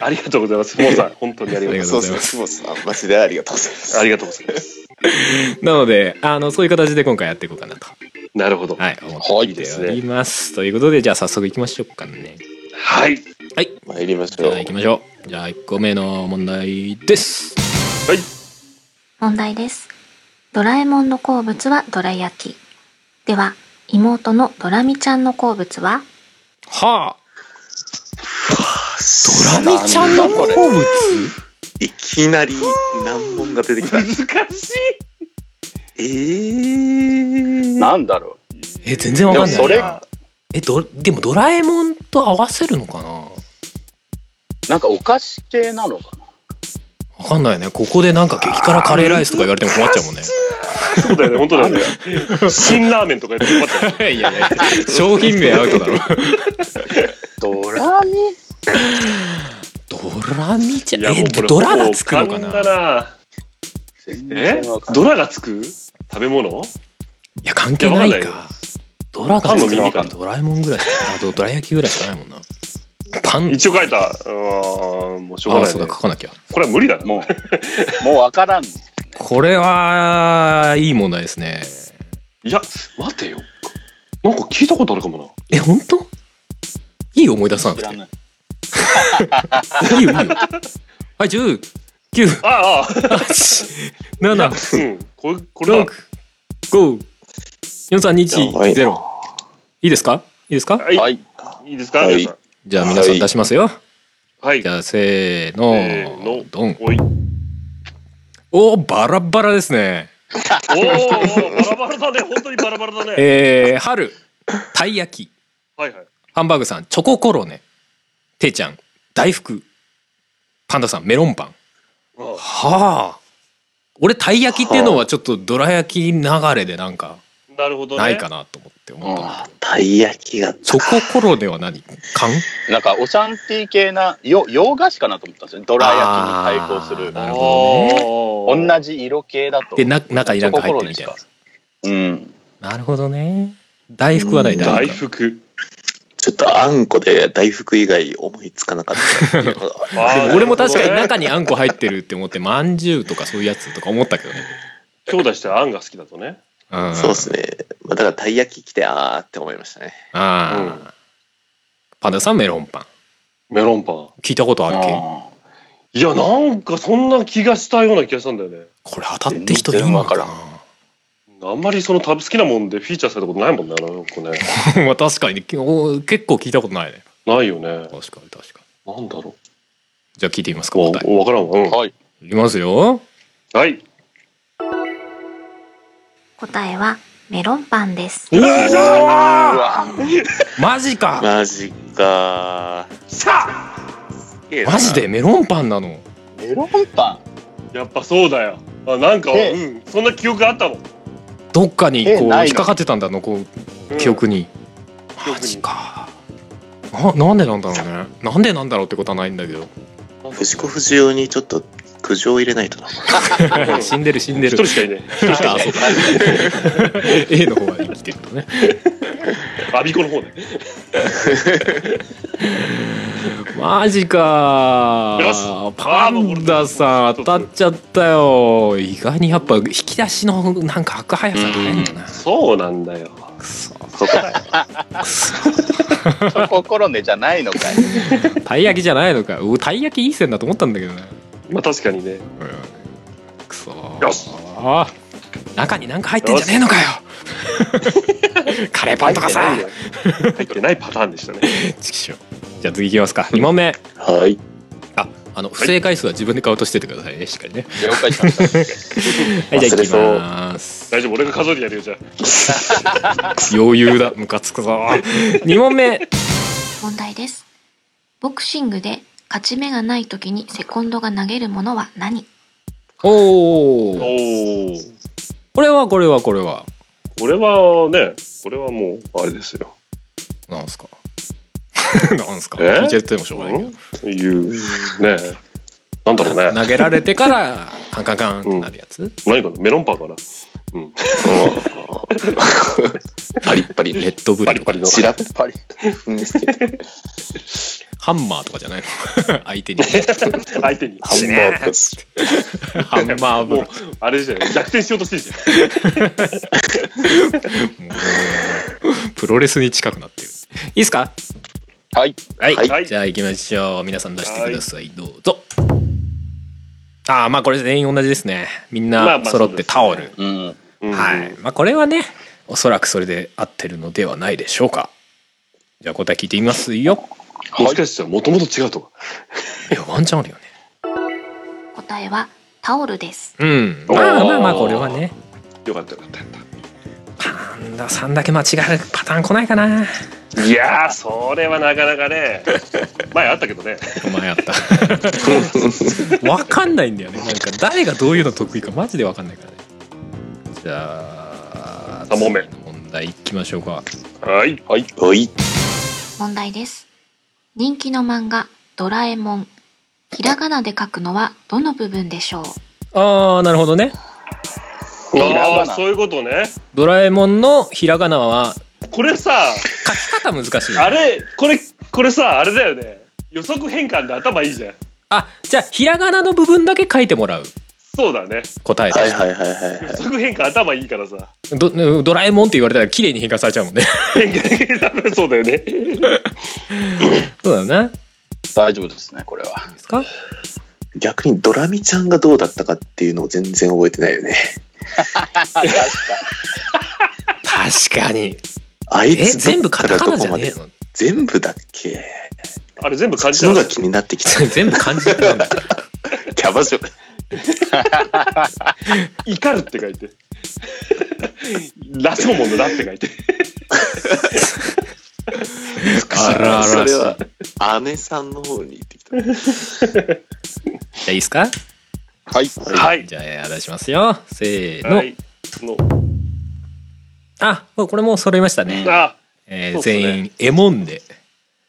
Speaker 3: ありがとうございます。モンさん、本当にありがとうござい
Speaker 2: お。
Speaker 3: ます。
Speaker 2: そうそう、久保さん、マジでありがとうございます。
Speaker 3: ありがとうございます。
Speaker 4: なので、あの、そういう形で今回やっていこうかなと。
Speaker 3: なるほど。
Speaker 4: はい、思っております。ということで、じゃあ早速行きましょうかね。
Speaker 3: はい。
Speaker 4: はい。
Speaker 2: 参りまし
Speaker 4: じ
Speaker 2: ょ
Speaker 4: ゃ
Speaker 2: う
Speaker 4: あ。行きましょう。じゃあ1個目の問題です。
Speaker 3: はい。
Speaker 6: 問題です。ドラえもんの好物はどら焼き。では、妹のドラミちゃんの好物は
Speaker 4: はあ。
Speaker 2: ド
Speaker 4: ラミちゃんの好物
Speaker 2: いきなり難問が出てきた。え
Speaker 3: 難しい。
Speaker 2: ー。
Speaker 5: なんだろ
Speaker 4: え、全然
Speaker 5: う
Speaker 4: わ
Speaker 5: で
Speaker 4: か
Speaker 5: も
Speaker 4: んないな。
Speaker 5: それ
Speaker 4: え、ど、でもドラえもんと合わせるのかな
Speaker 5: なんかお菓子系なのかな
Speaker 4: わかんないね。ここでなんか激辛カレーライスとか言われても困っちゃうもんね。
Speaker 3: そうだよね、本当
Speaker 4: <laughs>
Speaker 3: だよね。辛ラーメンとかやってよかったよね
Speaker 4: いや <laughs> いや、商品名アウトだろ。
Speaker 5: ドラミ
Speaker 4: ドラミちゃ
Speaker 3: い
Speaker 4: ん、
Speaker 3: や
Speaker 4: え
Speaker 3: もうこ、れ
Speaker 4: ドラがつくのか
Speaker 3: ほぼ
Speaker 4: な
Speaker 3: 勘だな
Speaker 5: 全
Speaker 3: え
Speaker 5: 然わかんない
Speaker 3: ドラがつく食べ物
Speaker 4: いや、関係ない
Speaker 3: いやわ
Speaker 4: か。ドラがつく
Speaker 3: パンの
Speaker 4: の
Speaker 3: 耳か
Speaker 4: か。ドラえもんぐらいしか、あとドラ焼きぐらいしかないもんな。パン、
Speaker 3: 一応書いた。うーん、もうしょう
Speaker 4: あ、
Speaker 3: がない
Speaker 4: そう
Speaker 3: ね
Speaker 4: だ、書。かなきゃ。
Speaker 3: これは無理だな。
Speaker 5: もうもうわからん
Speaker 4: これは、いい問題ですね。
Speaker 3: いや、待てよ。なんか聞いたことあるかもな。
Speaker 4: え、本当いい思い出さなく
Speaker 5: 知
Speaker 4: て
Speaker 5: ら。ない
Speaker 4: いいよ、いいよ。はい、10、9、
Speaker 3: ああ、
Speaker 4: 8、7、
Speaker 3: うん。
Speaker 4: <laughs>
Speaker 3: これ、これだ
Speaker 4: 六、五、四三二一ゼロ。いいですか？いいですか？
Speaker 3: は。
Speaker 5: はいい
Speaker 3: いいですか
Speaker 2: はい
Speaker 3: 皆さん
Speaker 4: じゃあ皆さん出しますよ。
Speaker 3: はい
Speaker 4: じ。ゃあせー
Speaker 3: せー
Speaker 4: の
Speaker 3: の、
Speaker 4: ドン。
Speaker 3: おい。お
Speaker 4: お
Speaker 3: ー
Speaker 4: ーバラバラですね。
Speaker 3: おー、バラバラだね。本当にバラバラだね。
Speaker 4: えー、春たい焼き、
Speaker 3: はいはい。
Speaker 4: ハンバーグさんチョココロネ、ていちゃん大福、パンダさんメロンパン。
Speaker 3: うん
Speaker 4: はあ。俺たい焼きっていうのはちょっとどら焼き流れでなんか
Speaker 3: なるほどね。
Speaker 4: ないかなと思って思った。
Speaker 5: う
Speaker 2: たい焼きが。
Speaker 4: チョココロネは何？缶？
Speaker 5: んなんかオシャンティ系なよ洋菓子かなと思ったんですよねドラ焼きに対抗する
Speaker 4: あーな
Speaker 3: あ
Speaker 4: るほどね
Speaker 3: ー
Speaker 5: 同じ色系だと
Speaker 4: でな中になんか入ってるみたい
Speaker 5: チョ
Speaker 4: な
Speaker 5: ココロネ。しかうん
Speaker 4: なるほどね。大福はない大
Speaker 3: 大
Speaker 4: 福。
Speaker 3: 福。
Speaker 2: ちょっとあんこで大福以外思いつかなかった。
Speaker 3: あー
Speaker 4: 俺も確かに
Speaker 3: なるほどね
Speaker 4: 中にあんこ入ってるって思って、まんじゅうとかそういうやつとか思ったけどね。
Speaker 3: 兄弟してあんが好きだとね。
Speaker 4: うん、
Speaker 2: そうですね。まあ、だからたい焼き来て、あーって思いましたね。
Speaker 4: あー、
Speaker 3: う
Speaker 4: パンダさんメロンパン。
Speaker 3: メロンパン。
Speaker 4: 聞いたことあるけ
Speaker 5: あ
Speaker 3: いや、なんかそんな気がしたような気がしたんだよね。
Speaker 4: これ当たって人いるのかな
Speaker 5: 全然
Speaker 3: あんまりそのタブ好きなもんでフィーチャーされたことないもんね、なんかね。
Speaker 4: <laughs> まあ確かに、きお結構聞いたことないね。
Speaker 3: ないよね。
Speaker 4: 確かに確かに。
Speaker 3: なんだろ
Speaker 4: じゃあ聞いてみます
Speaker 3: う。
Speaker 4: か、
Speaker 3: わ
Speaker 4: 答え。
Speaker 3: わからんわ。うん
Speaker 5: ーはい
Speaker 4: いきますよ。
Speaker 3: はい。
Speaker 6: 答えはメロンパンです。
Speaker 3: うわ
Speaker 4: マジか
Speaker 2: マジか
Speaker 3: さあ
Speaker 2: ー。
Speaker 4: マジでメロンパンなの
Speaker 5: メロンパン
Speaker 3: やっぱそうだよあなんか、
Speaker 5: え
Speaker 3: うん、そんな記憶があったもん、
Speaker 4: どっかに
Speaker 5: え
Speaker 4: こう
Speaker 5: ないの
Speaker 4: 引っかかってたんだのこう
Speaker 3: うん
Speaker 4: 記憶に、
Speaker 3: 記憶
Speaker 4: マジ
Speaker 3: に
Speaker 4: かななんでなんだろうねなんでなんだろうってことはないんだけど
Speaker 2: 藤子不二雄にちょっと苦情を入れないとな。
Speaker 3: う
Speaker 4: <laughs>
Speaker 3: ん
Speaker 4: 死んでる死んで
Speaker 3: 一
Speaker 4: る
Speaker 3: 人しかいない
Speaker 4: あそうか <laughs> A の方が生きてるとね
Speaker 3: アビコの方ね
Speaker 4: マジか
Speaker 3: プラス
Speaker 4: パンダさん当たっちゃったよ意外にやっぱ引き出しのなんか開く速さが変だな
Speaker 3: そうなんだよ
Speaker 4: くそ
Speaker 2: そこだよ。
Speaker 5: そこ転んでじゃない
Speaker 4: <laughs>
Speaker 5: のかい。
Speaker 4: たい焼きじゃないのかうたい焼きいい線だと思ったんだけどね
Speaker 3: まあ確かにね
Speaker 4: くそ
Speaker 3: よし
Speaker 4: あー中になんか入ってんじゃねえのかよカレーパンとかさ
Speaker 3: 入ってない入ってないパターンでしたね
Speaker 4: ちきしょうじゃあ次いきますか2問目
Speaker 2: はい。
Speaker 4: ああの不正回数は自分でカウントしててくださいねしっかりね
Speaker 5: 了解しました。
Speaker 4: はいじゃあ
Speaker 2: 忘れ
Speaker 4: いき
Speaker 2: そう
Speaker 4: ます
Speaker 3: 大丈夫俺が数えてやるよじゃあ
Speaker 4: 余裕だムカつくぞ2問目
Speaker 6: 問題ですボクシングで勝ち目がない時にセコンドが投げるものは何
Speaker 4: おお
Speaker 3: おお
Speaker 4: これはこれはこれは
Speaker 3: これはねこれはもうあれですよ
Speaker 4: なんすか <laughs> なんすか
Speaker 3: え
Speaker 4: 聞いちゃってもしょうがないけど
Speaker 3: というねなんだろうね
Speaker 4: 投げられてからカンカンカンってなるやつ、
Speaker 3: 何かなメロンパンかなうん
Speaker 2: パリッパリ
Speaker 4: レ
Speaker 2: ね。
Speaker 4: ッドブ
Speaker 3: パ
Speaker 4: ル
Speaker 3: リ
Speaker 4: と
Speaker 3: パ
Speaker 4: か
Speaker 3: リの
Speaker 2: チラッパリ。
Speaker 4: ハンマーとかじゃないの <laughs> 相手に
Speaker 3: <laughs> 相手に
Speaker 2: ハンバーグ。
Speaker 4: ハンマーブ
Speaker 3: も
Speaker 4: ロ
Speaker 3: うあれじゃない逆転しようとしてるじゃん
Speaker 4: ープロレスに近くなってるいいですか
Speaker 5: はい。
Speaker 4: はい、
Speaker 3: はい
Speaker 4: じゃあ行きましょう皆さん出してください、どうぞああまあこれ全員同じですねみん
Speaker 3: まあ
Speaker 4: な
Speaker 3: まあ
Speaker 4: 揃ってタオル、
Speaker 3: そうで
Speaker 5: うん。
Speaker 3: うん
Speaker 4: はいまあこれはねおそらくそれで合ってるのではないでしょうかじゃあ答え聞いてみますよ
Speaker 3: もしかしたらもともと違うとか
Speaker 4: いやワンチャンあるよね
Speaker 6: 答えはタオルです
Speaker 4: うん
Speaker 3: おー
Speaker 4: まあまあまあこれはね
Speaker 3: よかったよかったよかっ
Speaker 4: パンダさんだけ間違えるパターン来ないかな
Speaker 3: たいやーそれはなかなかね <laughs> 前あったけどね
Speaker 4: お前やった <laughs> わかんないんだよねなんか誰がどういうの得意かマジでわかんないからねじゃあ
Speaker 3: 三問目
Speaker 4: 次の問題いきましょうか
Speaker 3: はいはい
Speaker 2: おい。
Speaker 6: 問題です人気の漫画ドラえもんひらがなで書くのはどの部分でしょう
Speaker 4: あーなるほどね
Speaker 3: あ
Speaker 5: ら
Speaker 3: あそういうことね
Speaker 4: ドラえもんのひらがなは
Speaker 3: これさ
Speaker 4: 書き方難しいね
Speaker 3: あれこれこれさあれだよね予測変換で頭いいじゃん
Speaker 4: あじゃあひらがなの部分だけ書いてもらう
Speaker 3: そうだね
Speaker 4: 答えで
Speaker 2: はいはいはいは
Speaker 3: 予
Speaker 2: いはい。
Speaker 3: 測変換頭いいからさ
Speaker 4: どドラえもんって言われたら綺麗に変換されちゃうもんね
Speaker 3: <laughs>
Speaker 4: <laughs>
Speaker 3: 変 <laughs> 換そうだよね
Speaker 4: そうだよね
Speaker 5: 大丈夫ですね、これは。
Speaker 4: ですか
Speaker 2: 逆にドラミちゃんがどうだったかっていうのを全然覚えてないよね。
Speaker 4: 確かに <laughs>
Speaker 2: あい
Speaker 4: え
Speaker 2: つ
Speaker 4: 全部カタカナじゃ
Speaker 2: どこま
Speaker 4: ねえ
Speaker 2: で
Speaker 4: の
Speaker 2: 全部だっけ
Speaker 3: あれ全部感じ
Speaker 2: そ
Speaker 3: た
Speaker 2: のが気になってきた。
Speaker 4: 全部漢字なんだ
Speaker 2: <laughs> キャバ嬢。
Speaker 3: 怒るって書いてラスコモンのラって書いて
Speaker 4: あらあら
Speaker 2: それは姉さんの方に行ってきた。
Speaker 4: じゃあいいですか
Speaker 5: はい。
Speaker 3: はい
Speaker 4: じゃあ出しますよせーの、
Speaker 3: はいの
Speaker 4: あもうこれもう揃いましたね、
Speaker 3: あ
Speaker 4: えー
Speaker 3: そうっすね
Speaker 4: 全員エモンで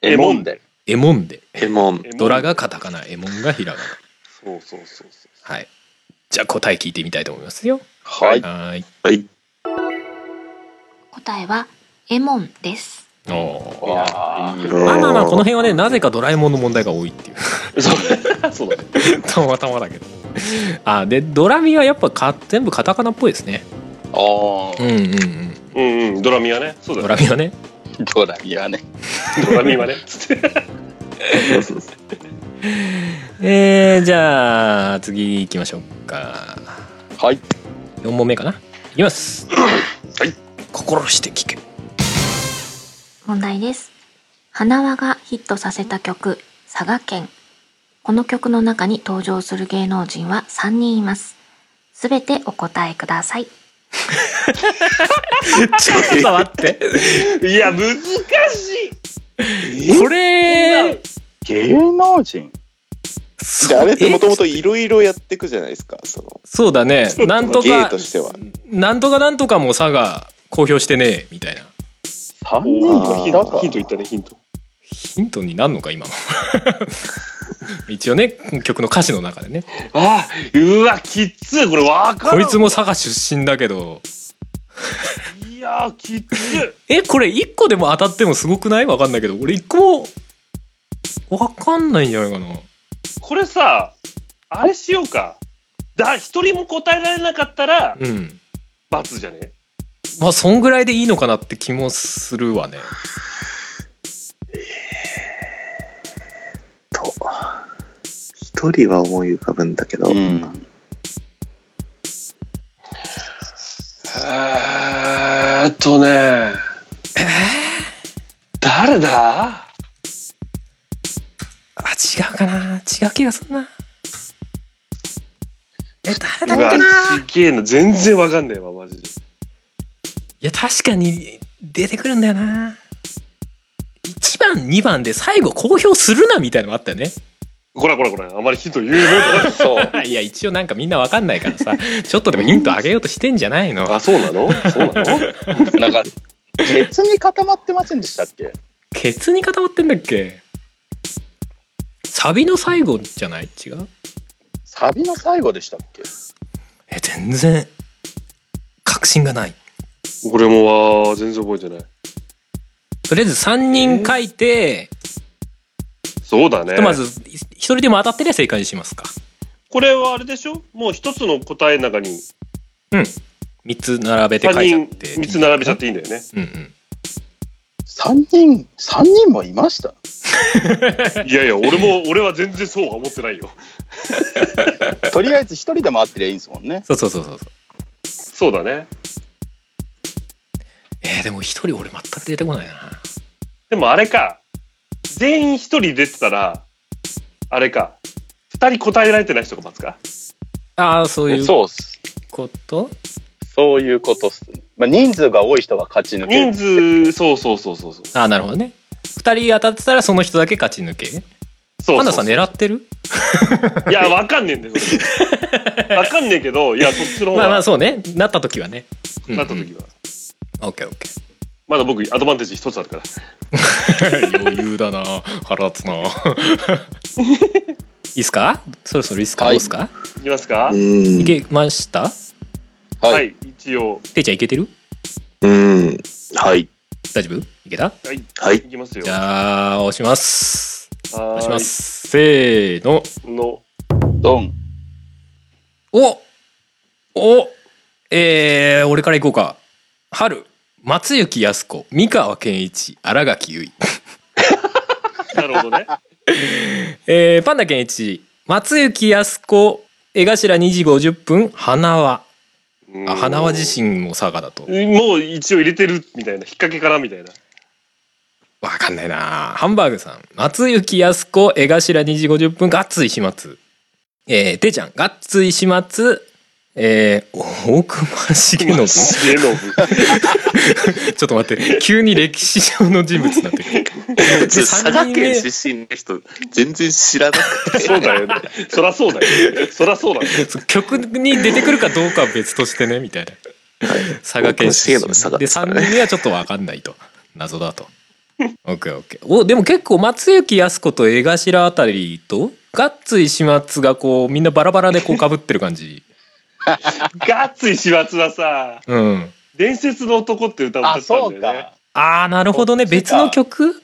Speaker 5: エモンで。
Speaker 4: エモンで
Speaker 2: エモン。
Speaker 4: ドラ
Speaker 3: が
Speaker 4: がカタカナエモンがひらがな
Speaker 3: そうそうそうそ
Speaker 4: はいじゃあ答え聞いてみたいと思いますよ
Speaker 5: はい。
Speaker 4: はーい
Speaker 2: はい。
Speaker 6: 答えはエモンです
Speaker 4: おー
Speaker 5: わー
Speaker 4: まあまあまあこの
Speaker 2: 辺。
Speaker 4: 辺はねなぜかドラえもんの問題が多いっていう
Speaker 3: うそうそうだ
Speaker 4: <laughs>
Speaker 3: ね
Speaker 4: たまたまだけどあでドラミはやっぱか全部カタカナっぽいですね
Speaker 5: お
Speaker 4: うん
Speaker 5: ー。
Speaker 4: うんうん
Speaker 3: うんうんドラミはねそう
Speaker 4: ドラ
Speaker 3: だね
Speaker 4: ミはね
Speaker 5: ドラミはね。
Speaker 3: ドラミはねつって
Speaker 4: えー、じゃあ次行きましょうか
Speaker 5: はい。
Speaker 4: 4問目かないきますはい心して聞け
Speaker 6: 問題です花輪がヒットさせた曲佐賀県この曲の中に登場する芸能人は3人いますすべてお答えください
Speaker 4: ちょっと待って
Speaker 3: いや難しい
Speaker 4: これ
Speaker 5: 芸能人
Speaker 2: であれってもともといろいろやっていくじゃないですか。その
Speaker 4: そうだね。
Speaker 2: <laughs>
Speaker 4: なんと
Speaker 2: 芸
Speaker 4: か
Speaker 2: と、しては。
Speaker 4: なんとかなんとかも佐賀公表してねえ、みたいな。
Speaker 5: 3
Speaker 3: ヒン
Speaker 5: 人
Speaker 3: ト、ヒント、ヒ
Speaker 5: とか
Speaker 3: ントいったね、ヒント。
Speaker 4: ヒントになんのか、今の。 <laughs> 一応ね、曲の歌詞の中でね。
Speaker 3: ああ、うわ、きっつい。これわか
Speaker 4: こ
Speaker 3: る。
Speaker 4: いつも佐賀出身だけど。
Speaker 3: いやー、きっつい。
Speaker 4: え、これ一個でも当たってもすごくないわかんないけど、俺一個も、わかんないんじゃないかな。
Speaker 3: これさ、あれしようか。だ、一人も答えられなかったら、
Speaker 4: うん。
Speaker 3: 罰じゃね
Speaker 4: まあ、そんぐらいでいいのかなって気もするわね。
Speaker 2: と一人は思い浮かぶんだけど、
Speaker 5: うん
Speaker 3: えーっとね。えー、誰だ
Speaker 4: あ、違うかな。違う気がすんな。え、誰だ
Speaker 3: う
Speaker 4: っ
Speaker 3: わ
Speaker 4: けな。い、
Speaker 3: ちげえな。全然わかんねえわ、マジで。
Speaker 4: や、確かに出てくるんだよな。1番、2番で最後公表するなみたいなのもあったよね。
Speaker 3: こらこらこら、あまりヒント言うもんじゃない。そう。
Speaker 4: <laughs> いや、一応なんかみんなわかんないからさ、ちょっとでもヒントあげようとしてんじゃないの。
Speaker 3: あ、そうなのそうなの
Speaker 5: なんかケツに固まってませんでしたっけ
Speaker 4: ケツに固まってんだっけサビの最後じゃない違う
Speaker 5: サビの最後でしたっけ
Speaker 4: え、全然、確信がない。
Speaker 3: これもわ、全然覚えてない。
Speaker 4: とりあえず3人書いて、
Speaker 3: そうだね。
Speaker 4: ひとまず1人でも当たってりゃ正解にしますか。
Speaker 3: これはあれでしょもう一つの答えの中に
Speaker 4: 3つ並べて書いちゃっ
Speaker 3: 3
Speaker 4: て。
Speaker 3: 人、三つ並べちゃっていいんだよね。
Speaker 4: うんうん。
Speaker 5: 3人3人もいました
Speaker 3: いやいや、俺も、 <laughs> 俺は全然そうは思ってないよ。 <laughs>
Speaker 5: とりあえず1人でもあってりゃいいんですもんね
Speaker 4: そうそうそうそうそう。
Speaker 3: そうだね。
Speaker 4: えーでも1人俺全く出てこないな。
Speaker 3: でもあれか、全員一人出てたら、あれか、二人答えられてない人が待つか。
Speaker 4: ああ、そういう
Speaker 5: そうっす
Speaker 4: こと
Speaker 5: そういうことっすね、まあ、人数が多い人が勝ち抜ける
Speaker 3: 人数、そうそうそうそうそう。
Speaker 4: ああ、なるほどね。2人当たってたらその人だけ勝ち抜け。
Speaker 3: そう
Speaker 4: パンダさ
Speaker 3: そうん
Speaker 4: 狙ってる
Speaker 3: いや、わかんねえん
Speaker 4: <laughs>
Speaker 3: だよ、それわかんねえけど、いや、そっちの方
Speaker 4: まあま
Speaker 3: が、
Speaker 4: あそうね。なった時はね。うんうん
Speaker 3: なった時は。
Speaker 4: オッケーオッケー。
Speaker 3: まだ僕、アドバンテージ一つあるから。
Speaker 4: 余裕だな腹立つないいっすかそろそろいいっすか、
Speaker 5: はい
Speaker 4: どうっすか
Speaker 3: いきますか
Speaker 2: う
Speaker 4: い
Speaker 2: ん
Speaker 4: けました
Speaker 5: はい、
Speaker 3: はい、一応。
Speaker 4: ていちゃんいけてる
Speaker 2: うんはい
Speaker 4: 大丈夫いけた
Speaker 3: はい、
Speaker 2: はい
Speaker 3: いきますよ。
Speaker 4: じゃあ押します
Speaker 3: はーい
Speaker 4: 押しますせーの
Speaker 3: の、
Speaker 5: ドン
Speaker 4: おおえー、俺からいこうか春松雪靖子三河健一新垣結衣
Speaker 3: なるほどね。 <laughs>
Speaker 4: えー、パンダ健一松雪靖子江頭2時50分花輪あ花輪自身も佐賀だと
Speaker 3: 身。もう一応入れてるみたいな、引っ掛けかなみたいな。
Speaker 4: わかんないなハンバーグさん。松雪靖子、江頭2時50分、ガッツ石松。えー、ていちゃん、ガッツ石松。えー、大熊重信。 <laughs> ち
Speaker 3: 重信。
Speaker 4: ょっと待って、急に歴史上の人物になってくる。
Speaker 2: 佐賀県出身の人全然知らなくて
Speaker 3: そうだよね。そらそうだよ。そらそうだよ。
Speaker 4: 曲に出てくるかどうかは別としてね、みたいな。佐賀県出身。
Speaker 2: 大熊重信佐賀
Speaker 4: で、
Speaker 2: ですから
Speaker 4: 3
Speaker 2: ね
Speaker 4: 人目はちょっとわかんないと。謎だと。オッケーオッケー。お、でも結構松雪靖子と江頭あたりと、ガッツ石松がこう、みんなバラバラでこう被ってる感じ。
Speaker 3: ガッツ石松はさ、
Speaker 4: うん。
Speaker 3: 伝説の男って歌を歌っ
Speaker 5: あ
Speaker 3: てた
Speaker 5: そ
Speaker 3: ん
Speaker 5: う
Speaker 3: だよね。
Speaker 5: か
Speaker 4: ああ、なるほどね。
Speaker 5: こっち
Speaker 4: 別
Speaker 5: か
Speaker 4: の曲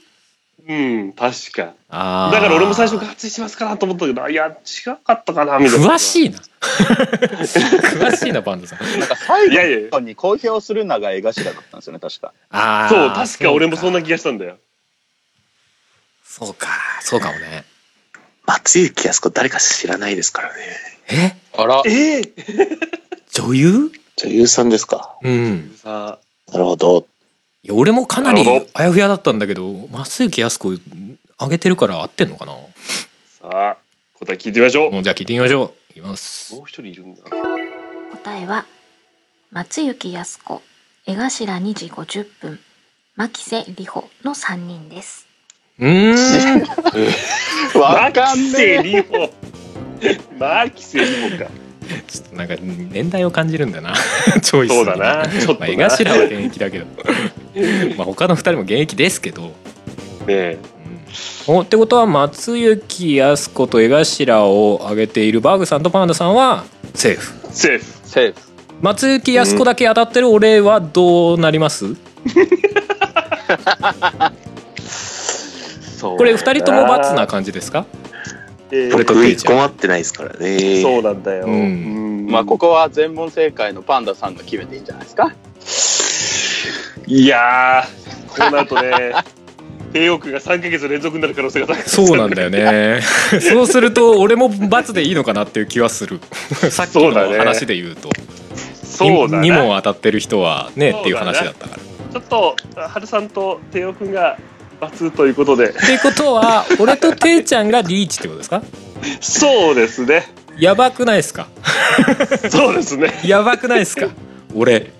Speaker 3: うん、確か。
Speaker 4: あ
Speaker 3: だ
Speaker 4: あ。
Speaker 3: から俺も最初ガッツ石松かなと思ったけど、あいや、違かったかなみたいな。
Speaker 4: 詳しいな。 <laughs> 詳しいな、バンドさん。
Speaker 5: なんか最
Speaker 3: いやいやい
Speaker 5: 後に公表するのが江頭だったんですよね確か
Speaker 4: ああ。
Speaker 3: そう、確か俺もそん
Speaker 4: そ
Speaker 3: な
Speaker 4: うか
Speaker 3: 気がしたんだよ。
Speaker 4: そうか、そうかもね。
Speaker 2: <laughs> 松雪靖子誰か知らないですからね
Speaker 4: え
Speaker 5: あら
Speaker 3: ええ
Speaker 4: 女優
Speaker 2: 女優さんですか
Speaker 4: うん。
Speaker 3: さあ、
Speaker 2: なるほど
Speaker 4: いや、俺もかなり
Speaker 3: なるほど
Speaker 4: あやふやだったんだけど、松雪靖子上げてるから合ってんのかなも
Speaker 3: さあ、答え聞いてみましょう。も
Speaker 4: うじゃあ聞いてみましょう。いきます。
Speaker 3: う一人いるんだ。
Speaker 6: 答えは松雪靖子江頭2時50分牧瀬里穂の3人です
Speaker 4: うーん。
Speaker 5: わかんねえ
Speaker 3: リホ。まあ規制にもか
Speaker 4: <laughs> ちょっとなんか年代を感じるんだな <laughs> チョイス
Speaker 3: そうだなちょっ
Speaker 4: ま
Speaker 3: とな
Speaker 4: あ、江頭は現役だけど <laughs> まあ他の2人も現役ですけど、
Speaker 3: ね
Speaker 4: うん、おってことは松雪靖子と江頭を挙げているバーグさんとパンダさんはセーフ
Speaker 3: セーフ
Speaker 5: セーフ。
Speaker 4: 松雪靖子だけ当たってる俺はどうなります、これ2人とも罰な感じですか
Speaker 3: えー
Speaker 2: これ食い困ってないですからね。
Speaker 3: そうなんだよ、
Speaker 4: うん
Speaker 3: ん
Speaker 5: まあ、ここは全問正解のパンダさんが決めていいんじゃないですか。
Speaker 3: いや
Speaker 4: <laughs>
Speaker 3: ーこうなるとね帝王君が3ヶ月連続になる可能性が高いです
Speaker 4: そうなんだよね <laughs> そうすると俺も罰でいいのかなっていう気はす <laughs> るさっき
Speaker 3: そうだ
Speaker 4: の
Speaker 3: ね
Speaker 4: 話で言うと
Speaker 3: <laughs> そうだ
Speaker 4: に
Speaker 3: な
Speaker 4: 問当たってる人はねっていう話だったから。
Speaker 3: ちょっと春さんと帝王君が罰ということ
Speaker 4: <laughs>
Speaker 3: で
Speaker 4: っていうことは俺とていちゃんがリーチってことですか
Speaker 3: そうですね
Speaker 4: やばくないですか
Speaker 3: そうですね
Speaker 4: やばくないですか俺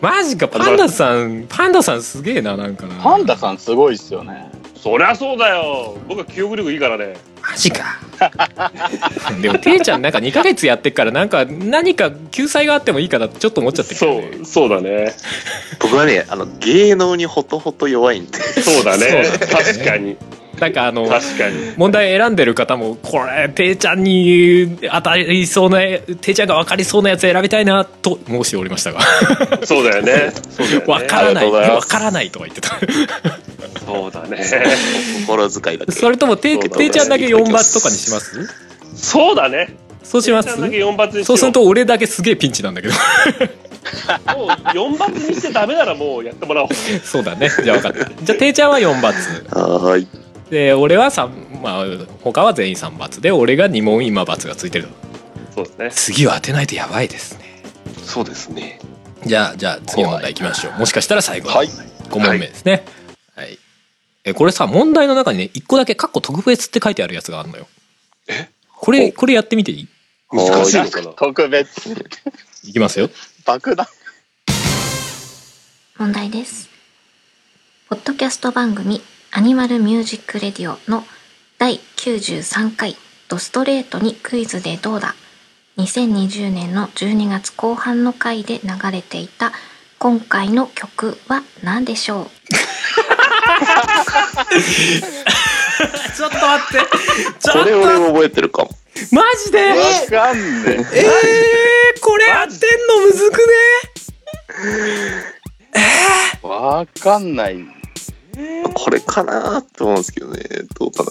Speaker 4: マジかパンダさんパンダさんすげえななんかな
Speaker 5: パンダさんすごいっすよね。
Speaker 3: そりゃそうだよ僕は記憶力いいからね
Speaker 4: マジかでもていちゃんなんか2ヶ月やってっからなんか何か救済があってもいいかなってちょっと思っちゃってる
Speaker 3: そ
Speaker 4: よね
Speaker 3: うそうだね
Speaker 2: 僕はね、あの、芸能にほとほと弱いんで。
Speaker 3: そうだね
Speaker 4: そうだね
Speaker 3: 確かに
Speaker 4: なんかあの
Speaker 3: 確かに
Speaker 4: 問題選んでる方もこれていちゃんに当たりそうなていちゃんが分かりそうなやつ選びたいなと申しておりま
Speaker 3: <laughs>
Speaker 4: したが
Speaker 3: そうだよねそうだよね
Speaker 4: 分からな
Speaker 3: ありがと
Speaker 4: いう
Speaker 3: ございま
Speaker 4: 分
Speaker 3: す
Speaker 4: からないとは言ってた
Speaker 3: そうだね
Speaker 2: 心遣いだけ。
Speaker 4: それともて
Speaker 3: そうだね
Speaker 4: ていちゃんだけ4罰とかにします
Speaker 3: そうだね
Speaker 4: そうしま
Speaker 3: ち
Speaker 4: す
Speaker 3: ゃんだけ4罰にし
Speaker 4: そ
Speaker 3: よ
Speaker 4: うすると俺だけすげえピンチなんだけど <laughs>
Speaker 3: もう4罰にしてダメならもうやってもらおう
Speaker 4: そうだねじゃあ分かったじゃあていちゃんは4罰
Speaker 2: はーい。
Speaker 4: で俺は3まあ他は全員3罰で俺が2問今罰がついてると
Speaker 3: そうですね
Speaker 4: 次は当てないとやばいですね
Speaker 3: そうですね
Speaker 4: じゃあじゃあ次の問題いきましょうもしかしたら最後の
Speaker 5: はい。
Speaker 4: 5問目ですねはい、えこれさ問題の中にね1個だけ「かっこ特別」って書いてあるやつがあるのよこれこれやってみていい
Speaker 2: 難しい
Speaker 5: なんか特別。
Speaker 4: いきますよ
Speaker 5: 爆弾。
Speaker 6: 問題です。ポッドキャスト番組アニマルミュージックレディオの第93回ドストレートにクイズでどうだ2020年の12月後半の回で流れていた今回の曲は何でしょう
Speaker 4: ちょっと待ってち
Speaker 2: <laughs> これ俺覚えてるかも。
Speaker 4: マジで
Speaker 5: わかんね
Speaker 4: えー、これ当てんのむずくね
Speaker 5: え。わかんない。
Speaker 2: これかなと思うんですけどね。どうか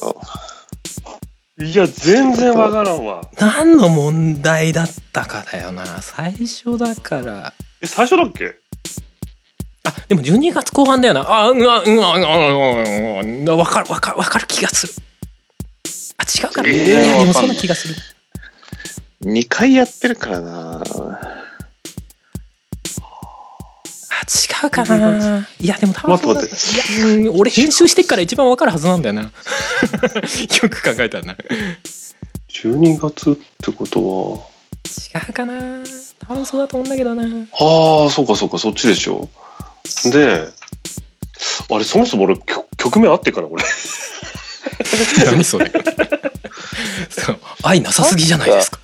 Speaker 2: な。
Speaker 3: いや全然わからんわ
Speaker 4: 何の問題だったかだよな最初だから
Speaker 3: え最初だっけ
Speaker 4: あでも12月後半だよなあうんあうんあうんあうんあうんわかるわかるわかる気がするあ違うから、
Speaker 5: えー
Speaker 4: いやでも
Speaker 5: わかんない
Speaker 4: そんな気がする
Speaker 2: 2回やってるからな。
Speaker 4: あ違うかないやでも多分そうだ
Speaker 2: 待って
Speaker 4: いやうん俺編集してっから一番わかるはずなんだよな <laughs> よく考えたらな
Speaker 3: 12月ってこと
Speaker 4: 違うかな多分そうだと思うんだけどな
Speaker 3: はああそうかそうかそっちでしょであれそもそも俺曲曲名合ってっかなこれ <laughs>
Speaker 4: 何それそう愛なさすぎじゃないですか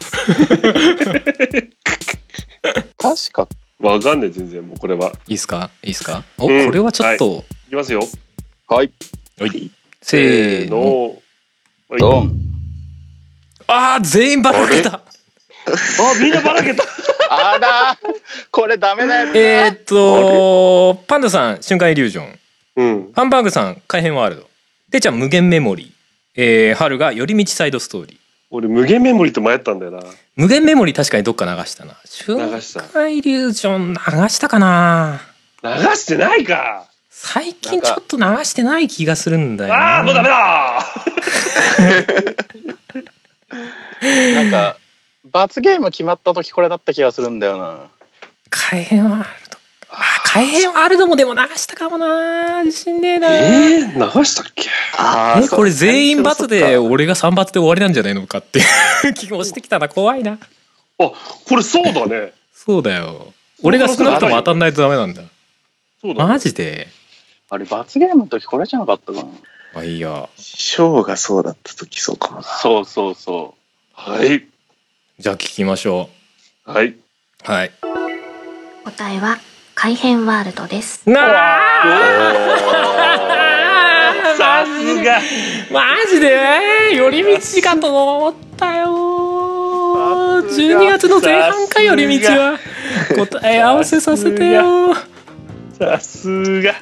Speaker 5: 確か。
Speaker 3: わかんねえ全然もうこれはい
Speaker 4: いですかいいですかお、
Speaker 3: うん
Speaker 4: これはちょっと、
Speaker 3: いきますよ
Speaker 5: はい。
Speaker 4: せーの。
Speaker 3: はい
Speaker 5: ドン。
Speaker 4: あー、全員ばらけた
Speaker 3: あみんなばらけた
Speaker 5: あらー。これダメだよ。
Speaker 4: えーっと、パンダさん、瞬間イリュージョン。
Speaker 3: うん
Speaker 4: ハンバーグさん、改変ワールド。てっちゃん、無限メモリー。えー、春が、寄り道サイドストーリー。
Speaker 3: 俺無限メモリーと迷ったんだよな
Speaker 4: 無限メモリー確かにどっか流したな。瞬
Speaker 3: 流した
Speaker 4: 間イリュージョン、流したかな
Speaker 3: 流してないか
Speaker 4: 最近ちょっと流してない気がするんだよな。
Speaker 3: ああもうダメだ
Speaker 5: なんか。罰ゲーム決まった時これだった気がするんだよな。
Speaker 4: 改変ワールド。あー、改変ワールドもでも流したかもな自信ねえな
Speaker 3: えー、流したっけ
Speaker 2: あ
Speaker 4: えこれ全員罰で
Speaker 2: 俺
Speaker 4: 俺が3罰で終わりなんじゃないのかっていう気もしてきたな怖いな
Speaker 3: あこれそうだね
Speaker 4: そうだよ俺が少なくとも当たんないとダメなんだ
Speaker 3: そうだね
Speaker 4: マジで
Speaker 5: あれ罰ゲームの時これじゃなかったかな。
Speaker 4: あいいや
Speaker 2: ショーがそうだった時そうかもな。
Speaker 3: そうそうそう。はい。
Speaker 4: じゃあ聞きましょ
Speaker 3: はい。
Speaker 4: うはい
Speaker 6: 答えは改変ワールドです
Speaker 4: なあ
Speaker 3: さすが。
Speaker 4: マジで寄り道かと思ったよ
Speaker 3: さすが
Speaker 4: 12月の前半か寄り道は答え合わせさせてよ
Speaker 3: さすが。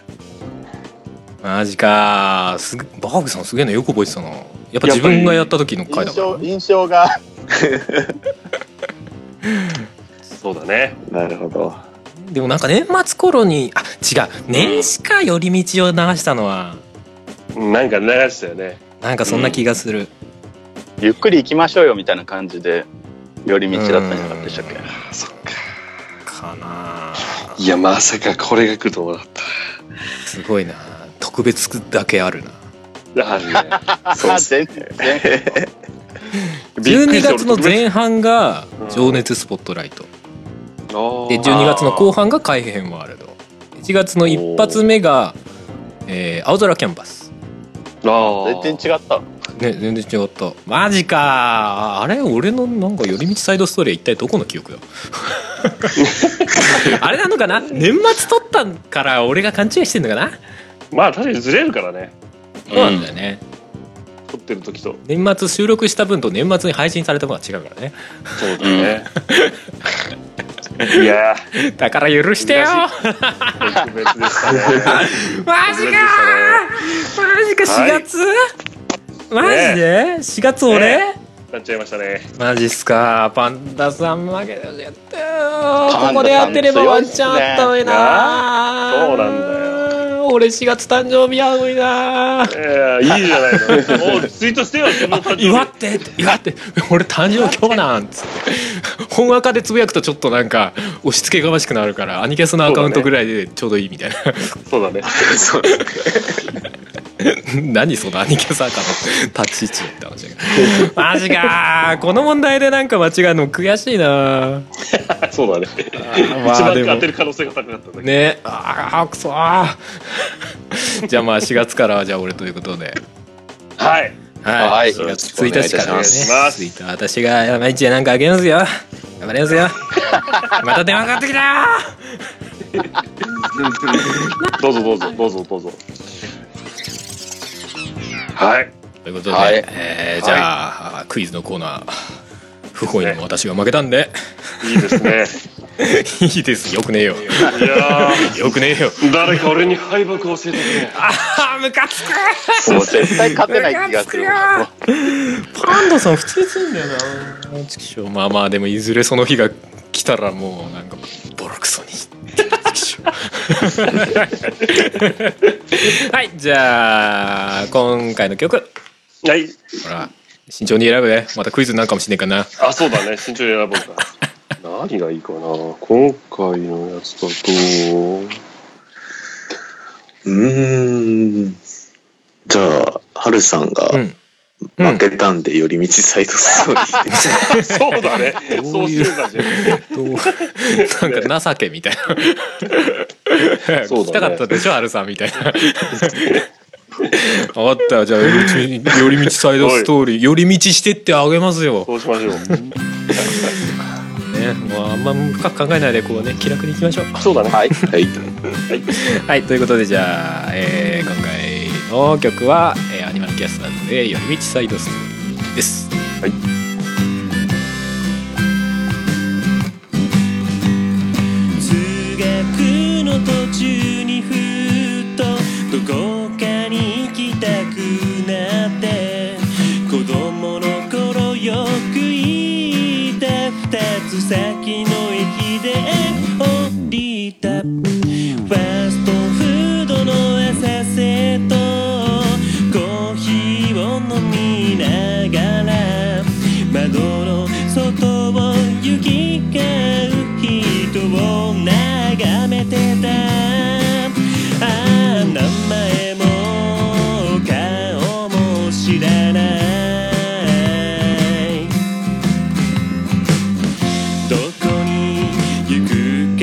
Speaker 4: マジかすげバカブさんすげえなよく覚えてたなやっぱ自分がやった時の回だ
Speaker 5: 印
Speaker 4: から
Speaker 5: 象印象が
Speaker 3: そうだね。
Speaker 2: なるほど。
Speaker 4: でもなんか年末頃にあ違う年始か寄り道を流したのは
Speaker 3: なんか流したよね。
Speaker 4: なんかそんな気がする、
Speaker 5: <laughs> ゆっくり行きましょうよみたいな感じで寄り道だったんじゃなかったでしたっけ
Speaker 3: そっか。
Speaker 4: かなあ
Speaker 3: いや、まさかこれが来ると思わなかっ
Speaker 4: すごいな特別だけあるな
Speaker 3: た。あるね。 <laughs>
Speaker 5: あ全然
Speaker 4: 12月の前半が情熱スポットライト、で12月の後半が改変ワールド1月の一発目が、えー青空キャンバス
Speaker 3: 半
Speaker 5: 全然違った
Speaker 4: ね全然違ったマジかあれ俺のなんか寄り道サイドストーリーは一体どこの記憶だ <laughs> あれなのかな年末撮ったから俺が勘違いしてんのかな
Speaker 3: まあ確かにずれるからね。
Speaker 4: そうなんだよね、
Speaker 3: 撮ってる時と。
Speaker 4: 年末収録した分と年末に配信された分は違うからね
Speaker 3: そうだね。いや
Speaker 4: だから許してよ
Speaker 3: 難ー、特別でしたね。
Speaker 4: マジかーマジか4月、マジで、4月俺、
Speaker 3: ねなっちゃいましたね。
Speaker 4: マジっすかパンダさん負けてやったよこ
Speaker 5: パンダさん
Speaker 4: こでやってればワンチャンあったのにな
Speaker 3: 強いっすねそうなん
Speaker 4: だよ俺4月誕生日やのにな
Speaker 3: えー、いいじゃないの。おうツイートしてよ、自分の誕生日
Speaker 4: 祝って祝って俺誕生日今日なんつって本赤でつぶやくとちょっとなんか押し付けがましくなるからアニキャスのアカウントぐらいでちょうどいいみたいな、
Speaker 3: そうだね。
Speaker 2: そう
Speaker 4: <laughs> 何そのアニキャサーカの立ち位置って話がマジかーこの問題でなんか間違うの悔しいな
Speaker 3: そうだね。
Speaker 4: まあ
Speaker 3: 一番
Speaker 4: でも
Speaker 3: 当てる可能性が高かったんだけど。
Speaker 4: ねああくそーじゃあまあ4月からはじゃあ俺ということで
Speaker 3: はい。
Speaker 4: は、
Speaker 5: はいい
Speaker 4: 4月1日からね
Speaker 2: よろ
Speaker 3: しくお願いいたします
Speaker 4: ツイッター私が毎日なんかあげますよ頑張りますよまた電話かかってきたー
Speaker 3: どうぞどうぞ、どうぞどうぞ。はい。
Speaker 4: ということで、
Speaker 5: はい
Speaker 4: えーじゃあ、クイズのコーナー不本意にも私が負けたんで
Speaker 3: いいですね。
Speaker 4: いいですよくねえよ
Speaker 3: いや
Speaker 4: <laughs>
Speaker 3: ー
Speaker 4: よくねえよ
Speaker 3: 誰か俺に敗北を教えてくれ。
Speaker 4: あームカつく
Speaker 5: もう絶対勝てない気がする
Speaker 4: パンダさん普通に強いんだよなチキショーまあまあでもいずれその日が来たらもうなんかボロクソに <laughs> はいじゃあ今回の曲
Speaker 3: はい。
Speaker 4: ほら慎重に選ぶねまたクイズになるかもしれないからな
Speaker 3: あ、そうだね。慎重に選ぼうか。何がいいかな今回のやつだと。
Speaker 2: うーん。じゃあ、はるさんが
Speaker 4: うんうん
Speaker 2: 負けたんで寄り道サイドストーリーで
Speaker 3: そうだね。そうしてる感じ。
Speaker 4: ど
Speaker 3: <laughs>
Speaker 4: うなんか情けみたいな
Speaker 3: そうだね
Speaker 4: 聞きたかったでしょ、アルさんみたいなあったじゃあ寄り道サイドストーリー寄り道してってあげますよ
Speaker 3: そうしましょ
Speaker 4: ね、
Speaker 3: う。
Speaker 4: もうあんま深く考えないでこうね気楽にいきましょう
Speaker 3: そうだね。はい。
Speaker 2: はい。
Speaker 4: はいということでじゃあ、えー今回の曲は、えーアニマルキャスターズで「寄り道サイドストーリー」です
Speaker 7: 通学の途中にふっとどこかに行きたくなって子供の頃よく行った二つ先の駅で降りたファーストフードの浅瀬とコーヒーを飲みながら窓の外を行き交う人を眺めてたああ名前も顔も知らないどこに行く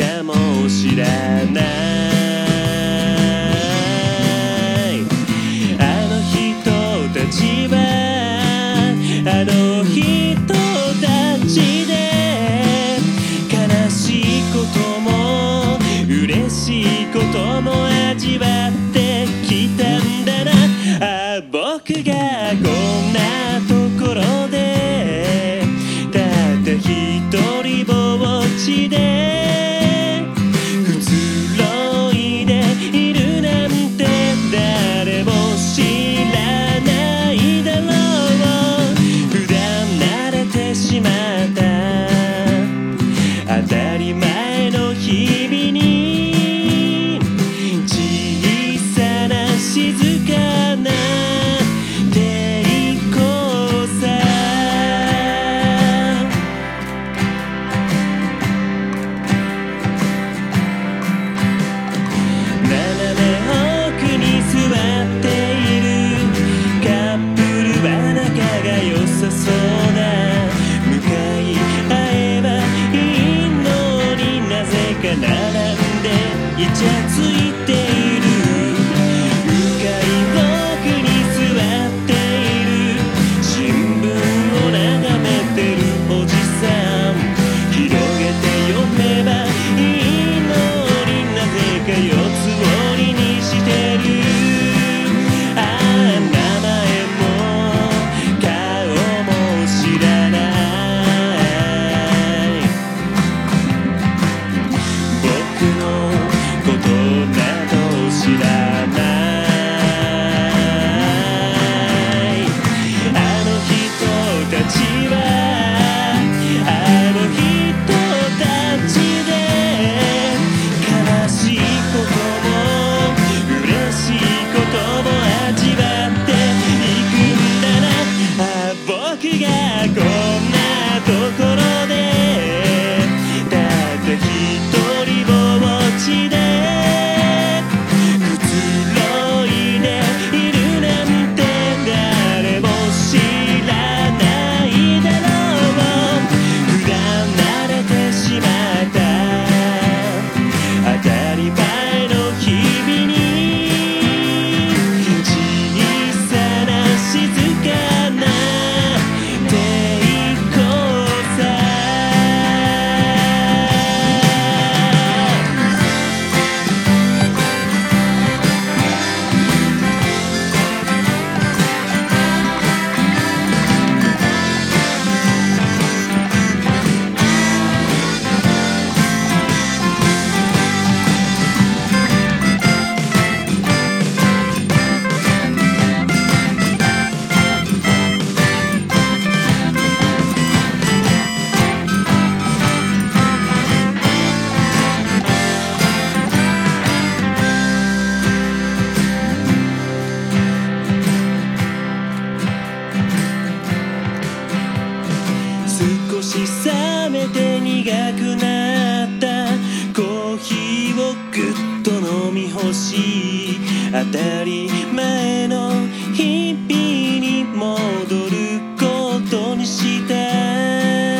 Speaker 7: 少し冷めて苦くなったコーヒーをぐっと飲み干し当たり前の日々に戻ることにした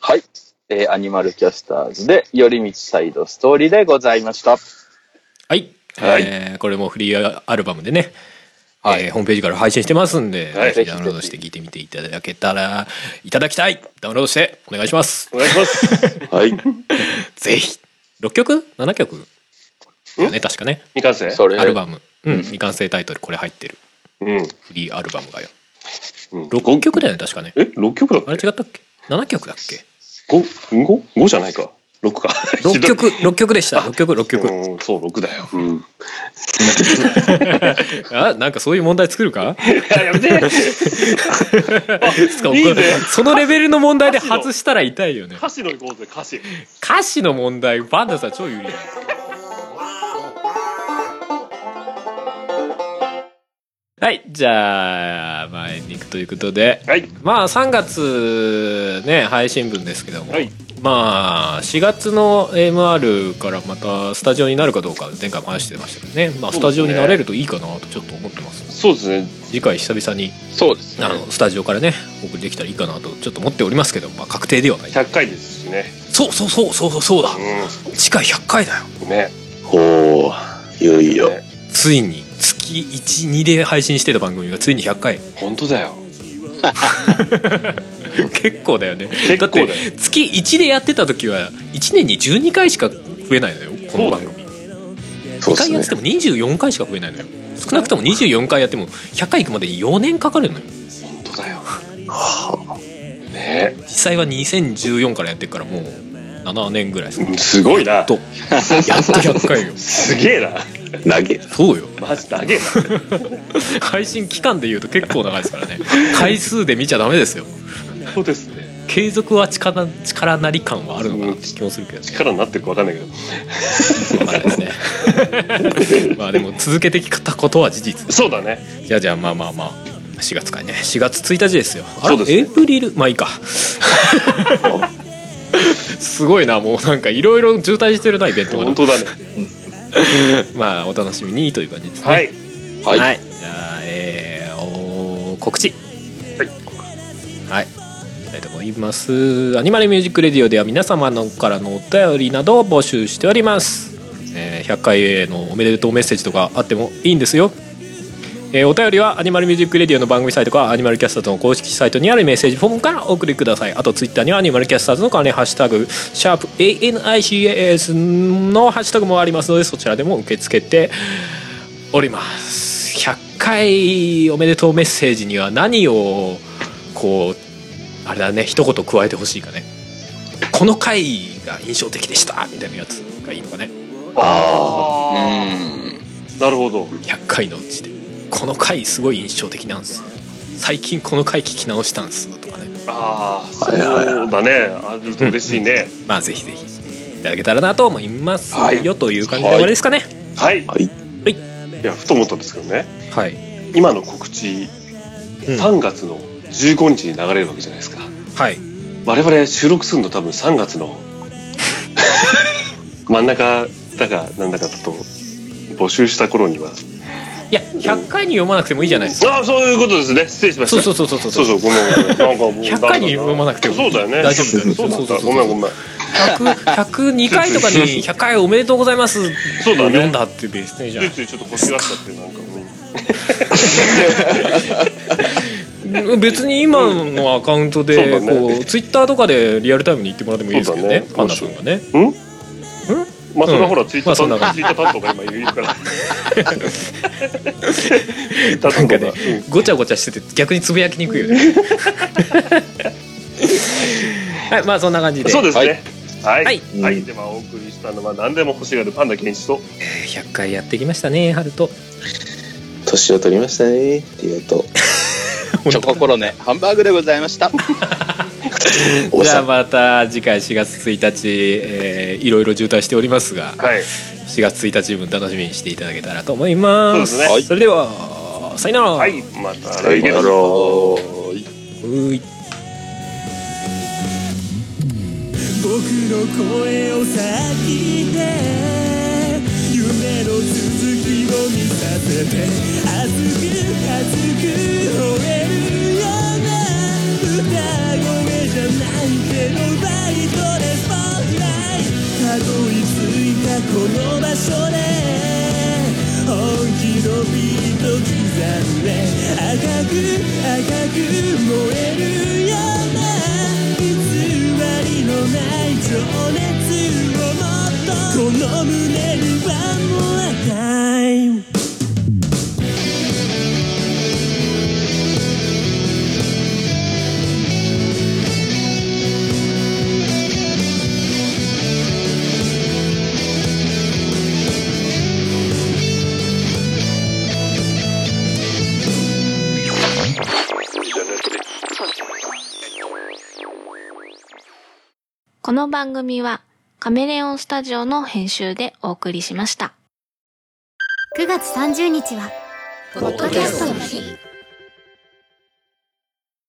Speaker 5: はい。えーアニマルキャスターズで、寄り道サイドストーリーでございました。
Speaker 4: はい、
Speaker 5: はい
Speaker 4: えーこれもフリーアルバムでね、
Speaker 5: はい
Speaker 4: えーホームページから配信してますんで、
Speaker 3: はい
Speaker 4: ぜひダウンロードして聞いてみていただけたらいただきたいダウンロードしてお願いします
Speaker 3: お願いします。
Speaker 2: はい。
Speaker 4: ぜひ6曲7曲だよね確かね
Speaker 3: 未完成
Speaker 5: それ、
Speaker 4: アルバム、うん
Speaker 5: うん
Speaker 4: 未完成タイトルこれ入ってる
Speaker 3: うん。
Speaker 4: フリーアルバムがよ
Speaker 3: うん
Speaker 4: 6曲だよね確かね
Speaker 3: え、6曲だっ
Speaker 4: あれ違ったっけ7曲だっけ
Speaker 3: ?5、五五じゃないか。6か。
Speaker 4: 6曲6曲でした6曲6曲
Speaker 3: <laughs> うん、そう、6だよ。うん。
Speaker 4: あなんかそういう問題作るか
Speaker 3: いや、やめて
Speaker 4: つか
Speaker 3: <laughs> いいね
Speaker 4: そのレベルの問題で外したら痛いよね
Speaker 3: 歌詞の行こうぜ、歌詞。
Speaker 4: 歌詞の問題バンダさん超有利だよはいじゃあ前に行くということで
Speaker 3: はい。
Speaker 4: まあ3月ね配信分ですけども、
Speaker 3: はい
Speaker 4: まあ4月の MR からまたスタジオになるかどうか前回も話してましたけどね、まあ、ス
Speaker 3: そうですね
Speaker 4: タジオになれるといいかなとちょっと思ってます
Speaker 3: そうですね。
Speaker 4: 次回久々に
Speaker 5: そうですね
Speaker 4: あ。のスタジオからねお送りできたらいいかなとちょっと思っておりますけど、まあ、確定ではない
Speaker 3: 100回ですしね。
Speaker 4: そうそうそうそうそうそうだ
Speaker 3: う
Speaker 4: 次回100回だよ
Speaker 3: ん。ね。
Speaker 2: ほう、いよいよ。
Speaker 4: ついに月12で配信してた番組がついに100回
Speaker 3: 本当だよ。
Speaker 4: <laughs> 結構だよね
Speaker 3: 結構だよ
Speaker 4: だって月1でやってた時は1年に12回しか増えないのよこの番組
Speaker 2: そう
Speaker 4: 1
Speaker 2: で
Speaker 4: 回やって
Speaker 2: す
Speaker 4: て
Speaker 2: ね。
Speaker 4: も24回しか増えないのよ少なくとも24回やっても100回行くまで4年かかるのよ
Speaker 3: 本当
Speaker 4: <laughs>
Speaker 3: だよ。ね
Speaker 4: 実際は2014からやってるからもう7年ぐらいです
Speaker 3: うんすごいな。
Speaker 4: とやっと100回よ
Speaker 3: <laughs> すげえな。
Speaker 2: 投げ。
Speaker 4: そうよ
Speaker 3: マジ長えな。
Speaker 4: 配信期間で言うと結構長いですからね回数で見ちゃダメですよ
Speaker 3: そうですね。
Speaker 4: 継続は力力なり感はあるのかなって気もするけどね
Speaker 3: 力になってるかわかんないけど。
Speaker 4: わかんないです
Speaker 3: <laughs>
Speaker 4: ねまあでも続けてきたことは事実
Speaker 3: そうだね。
Speaker 4: じゃあじゃあまあまあまあ4月かね4月1日ですよあ
Speaker 3: そ
Speaker 4: れ、
Speaker 3: うですね
Speaker 4: エイプリルまあい
Speaker 3: <laughs>
Speaker 4: いかすごいなもうなんかいろいろ渋滞してるなイベント
Speaker 3: 本
Speaker 4: が
Speaker 3: 当だね。
Speaker 4: まあお楽しみにという感じですね
Speaker 3: はい。
Speaker 4: はい、
Speaker 5: はい。
Speaker 4: じゃあえー、お告知
Speaker 3: はい
Speaker 4: はい行きたいと思いますアニマルミュージックレディオでは皆様のからのお便りなどを募集しております、えー100回へのおめでとうメッセージとかあってもいいんですよえーお便りはアニマルミュージックレディオの番組サイトかアニマルキャスターズの公式サイトにあるメッセージフォームからお送りくださいあとツイッターにはアニマルキャスターズの関連ハッシュタグシャープ ANICAS のハッシュタグもありますのでそちらでも受け付けております100回おめでとうメッセージには何をこうあれだね一言加えてほしいかねこの回が印象的でしたみたいなやつがいいのかね <laughs>
Speaker 5: うん。
Speaker 3: なるほど。
Speaker 4: 100回のうちでこの回すごい印象的なんです最近この回聞き直したんですとかね
Speaker 3: ああ、そうだね。あると嬉しいね。
Speaker 4: まあぜひぜひいただけたらなと思いますよ、
Speaker 2: はい
Speaker 4: という感じで終わりですかね
Speaker 3: はい。い
Speaker 2: はい。
Speaker 3: や、ふと思ったんですけどね。
Speaker 4: はい、
Speaker 3: 今の告知、
Speaker 4: うん
Speaker 3: 3月の15日に流れるわけじゃないですか。
Speaker 4: はい
Speaker 3: 我々収録するの多分3月の <laughs> 真ん中だかなんだかだと募集した頃には。
Speaker 4: いや100回に読まなくてもいいじゃないですか
Speaker 3: ああ、そういうことですね。失礼しました。
Speaker 4: そうそうそうそうそう
Speaker 3: そうそうごめんごめん。なんかもう
Speaker 4: 100回に読まなくても
Speaker 3: そうだよね。
Speaker 4: 大丈夫だよ
Speaker 3: そうだった。
Speaker 4: そうそ
Speaker 3: ご
Speaker 4: うそう
Speaker 3: めんごめん。
Speaker 4: 102回とか
Speaker 3: <laughs>
Speaker 4: に「100回おめでとうございます」
Speaker 3: そうだね
Speaker 4: 読んだって別にじゃ
Speaker 3: ついついちょっと腰があっちゃってなんかも
Speaker 4: あ
Speaker 3: う。
Speaker 4: 別に今のアカウントで
Speaker 3: そうだね
Speaker 4: こうツイッターとかでリアルタイムに言ってもらってもいいですけどね
Speaker 3: そう
Speaker 4: パ
Speaker 3: だね
Speaker 4: ンダ君がね
Speaker 3: んまあそれはほ
Speaker 4: う
Speaker 3: ら
Speaker 4: ん
Speaker 3: ツイッター担
Speaker 4: まあそ
Speaker 3: 当、
Speaker 4: んな感
Speaker 3: ツイッター担当が今いるから。ツイッター
Speaker 4: なん
Speaker 3: 担
Speaker 4: か
Speaker 3: 当
Speaker 4: ね
Speaker 3: が。
Speaker 4: ごちゃごちゃしてて逆につぶやきにくいよ
Speaker 3: <laughs>
Speaker 4: ねはいまあそんな感じで
Speaker 3: そうですね。はい。
Speaker 4: は
Speaker 3: はいい。ではお送りしたのは何でも欲しがるパンダケンイチと。
Speaker 4: 100回やってきましたねハルト
Speaker 2: 年を取りましたね。っていうと。
Speaker 5: チョココロネハンバーグでございました。
Speaker 2: お
Speaker 4: <laughs> じゃあ
Speaker 2: さ
Speaker 4: また次回4月1日、えーいろいろ渋滞しておりますが
Speaker 3: はい。
Speaker 4: 4月1日分楽しみにしていただけたらと思います
Speaker 3: そうですねはい
Speaker 4: それではさよなら、
Speaker 3: はい。また
Speaker 2: さ
Speaker 3: 来
Speaker 2: よ
Speaker 3: 月
Speaker 2: な。ら
Speaker 4: うーい
Speaker 7: 僕の声を先で夢の続きを見させて熱く熱く吠えるような歌声じゃないけどバイトでスポットライトたどり着いたこの場所で本気のビート刻んで赤く赤く燃えるようないつまりのない情熱をもっとこの胸にはもう赤い
Speaker 6: この番組はカメレオンスタジオの編集でお送りしました。
Speaker 8: 9月30日は、ポッドキャストの日。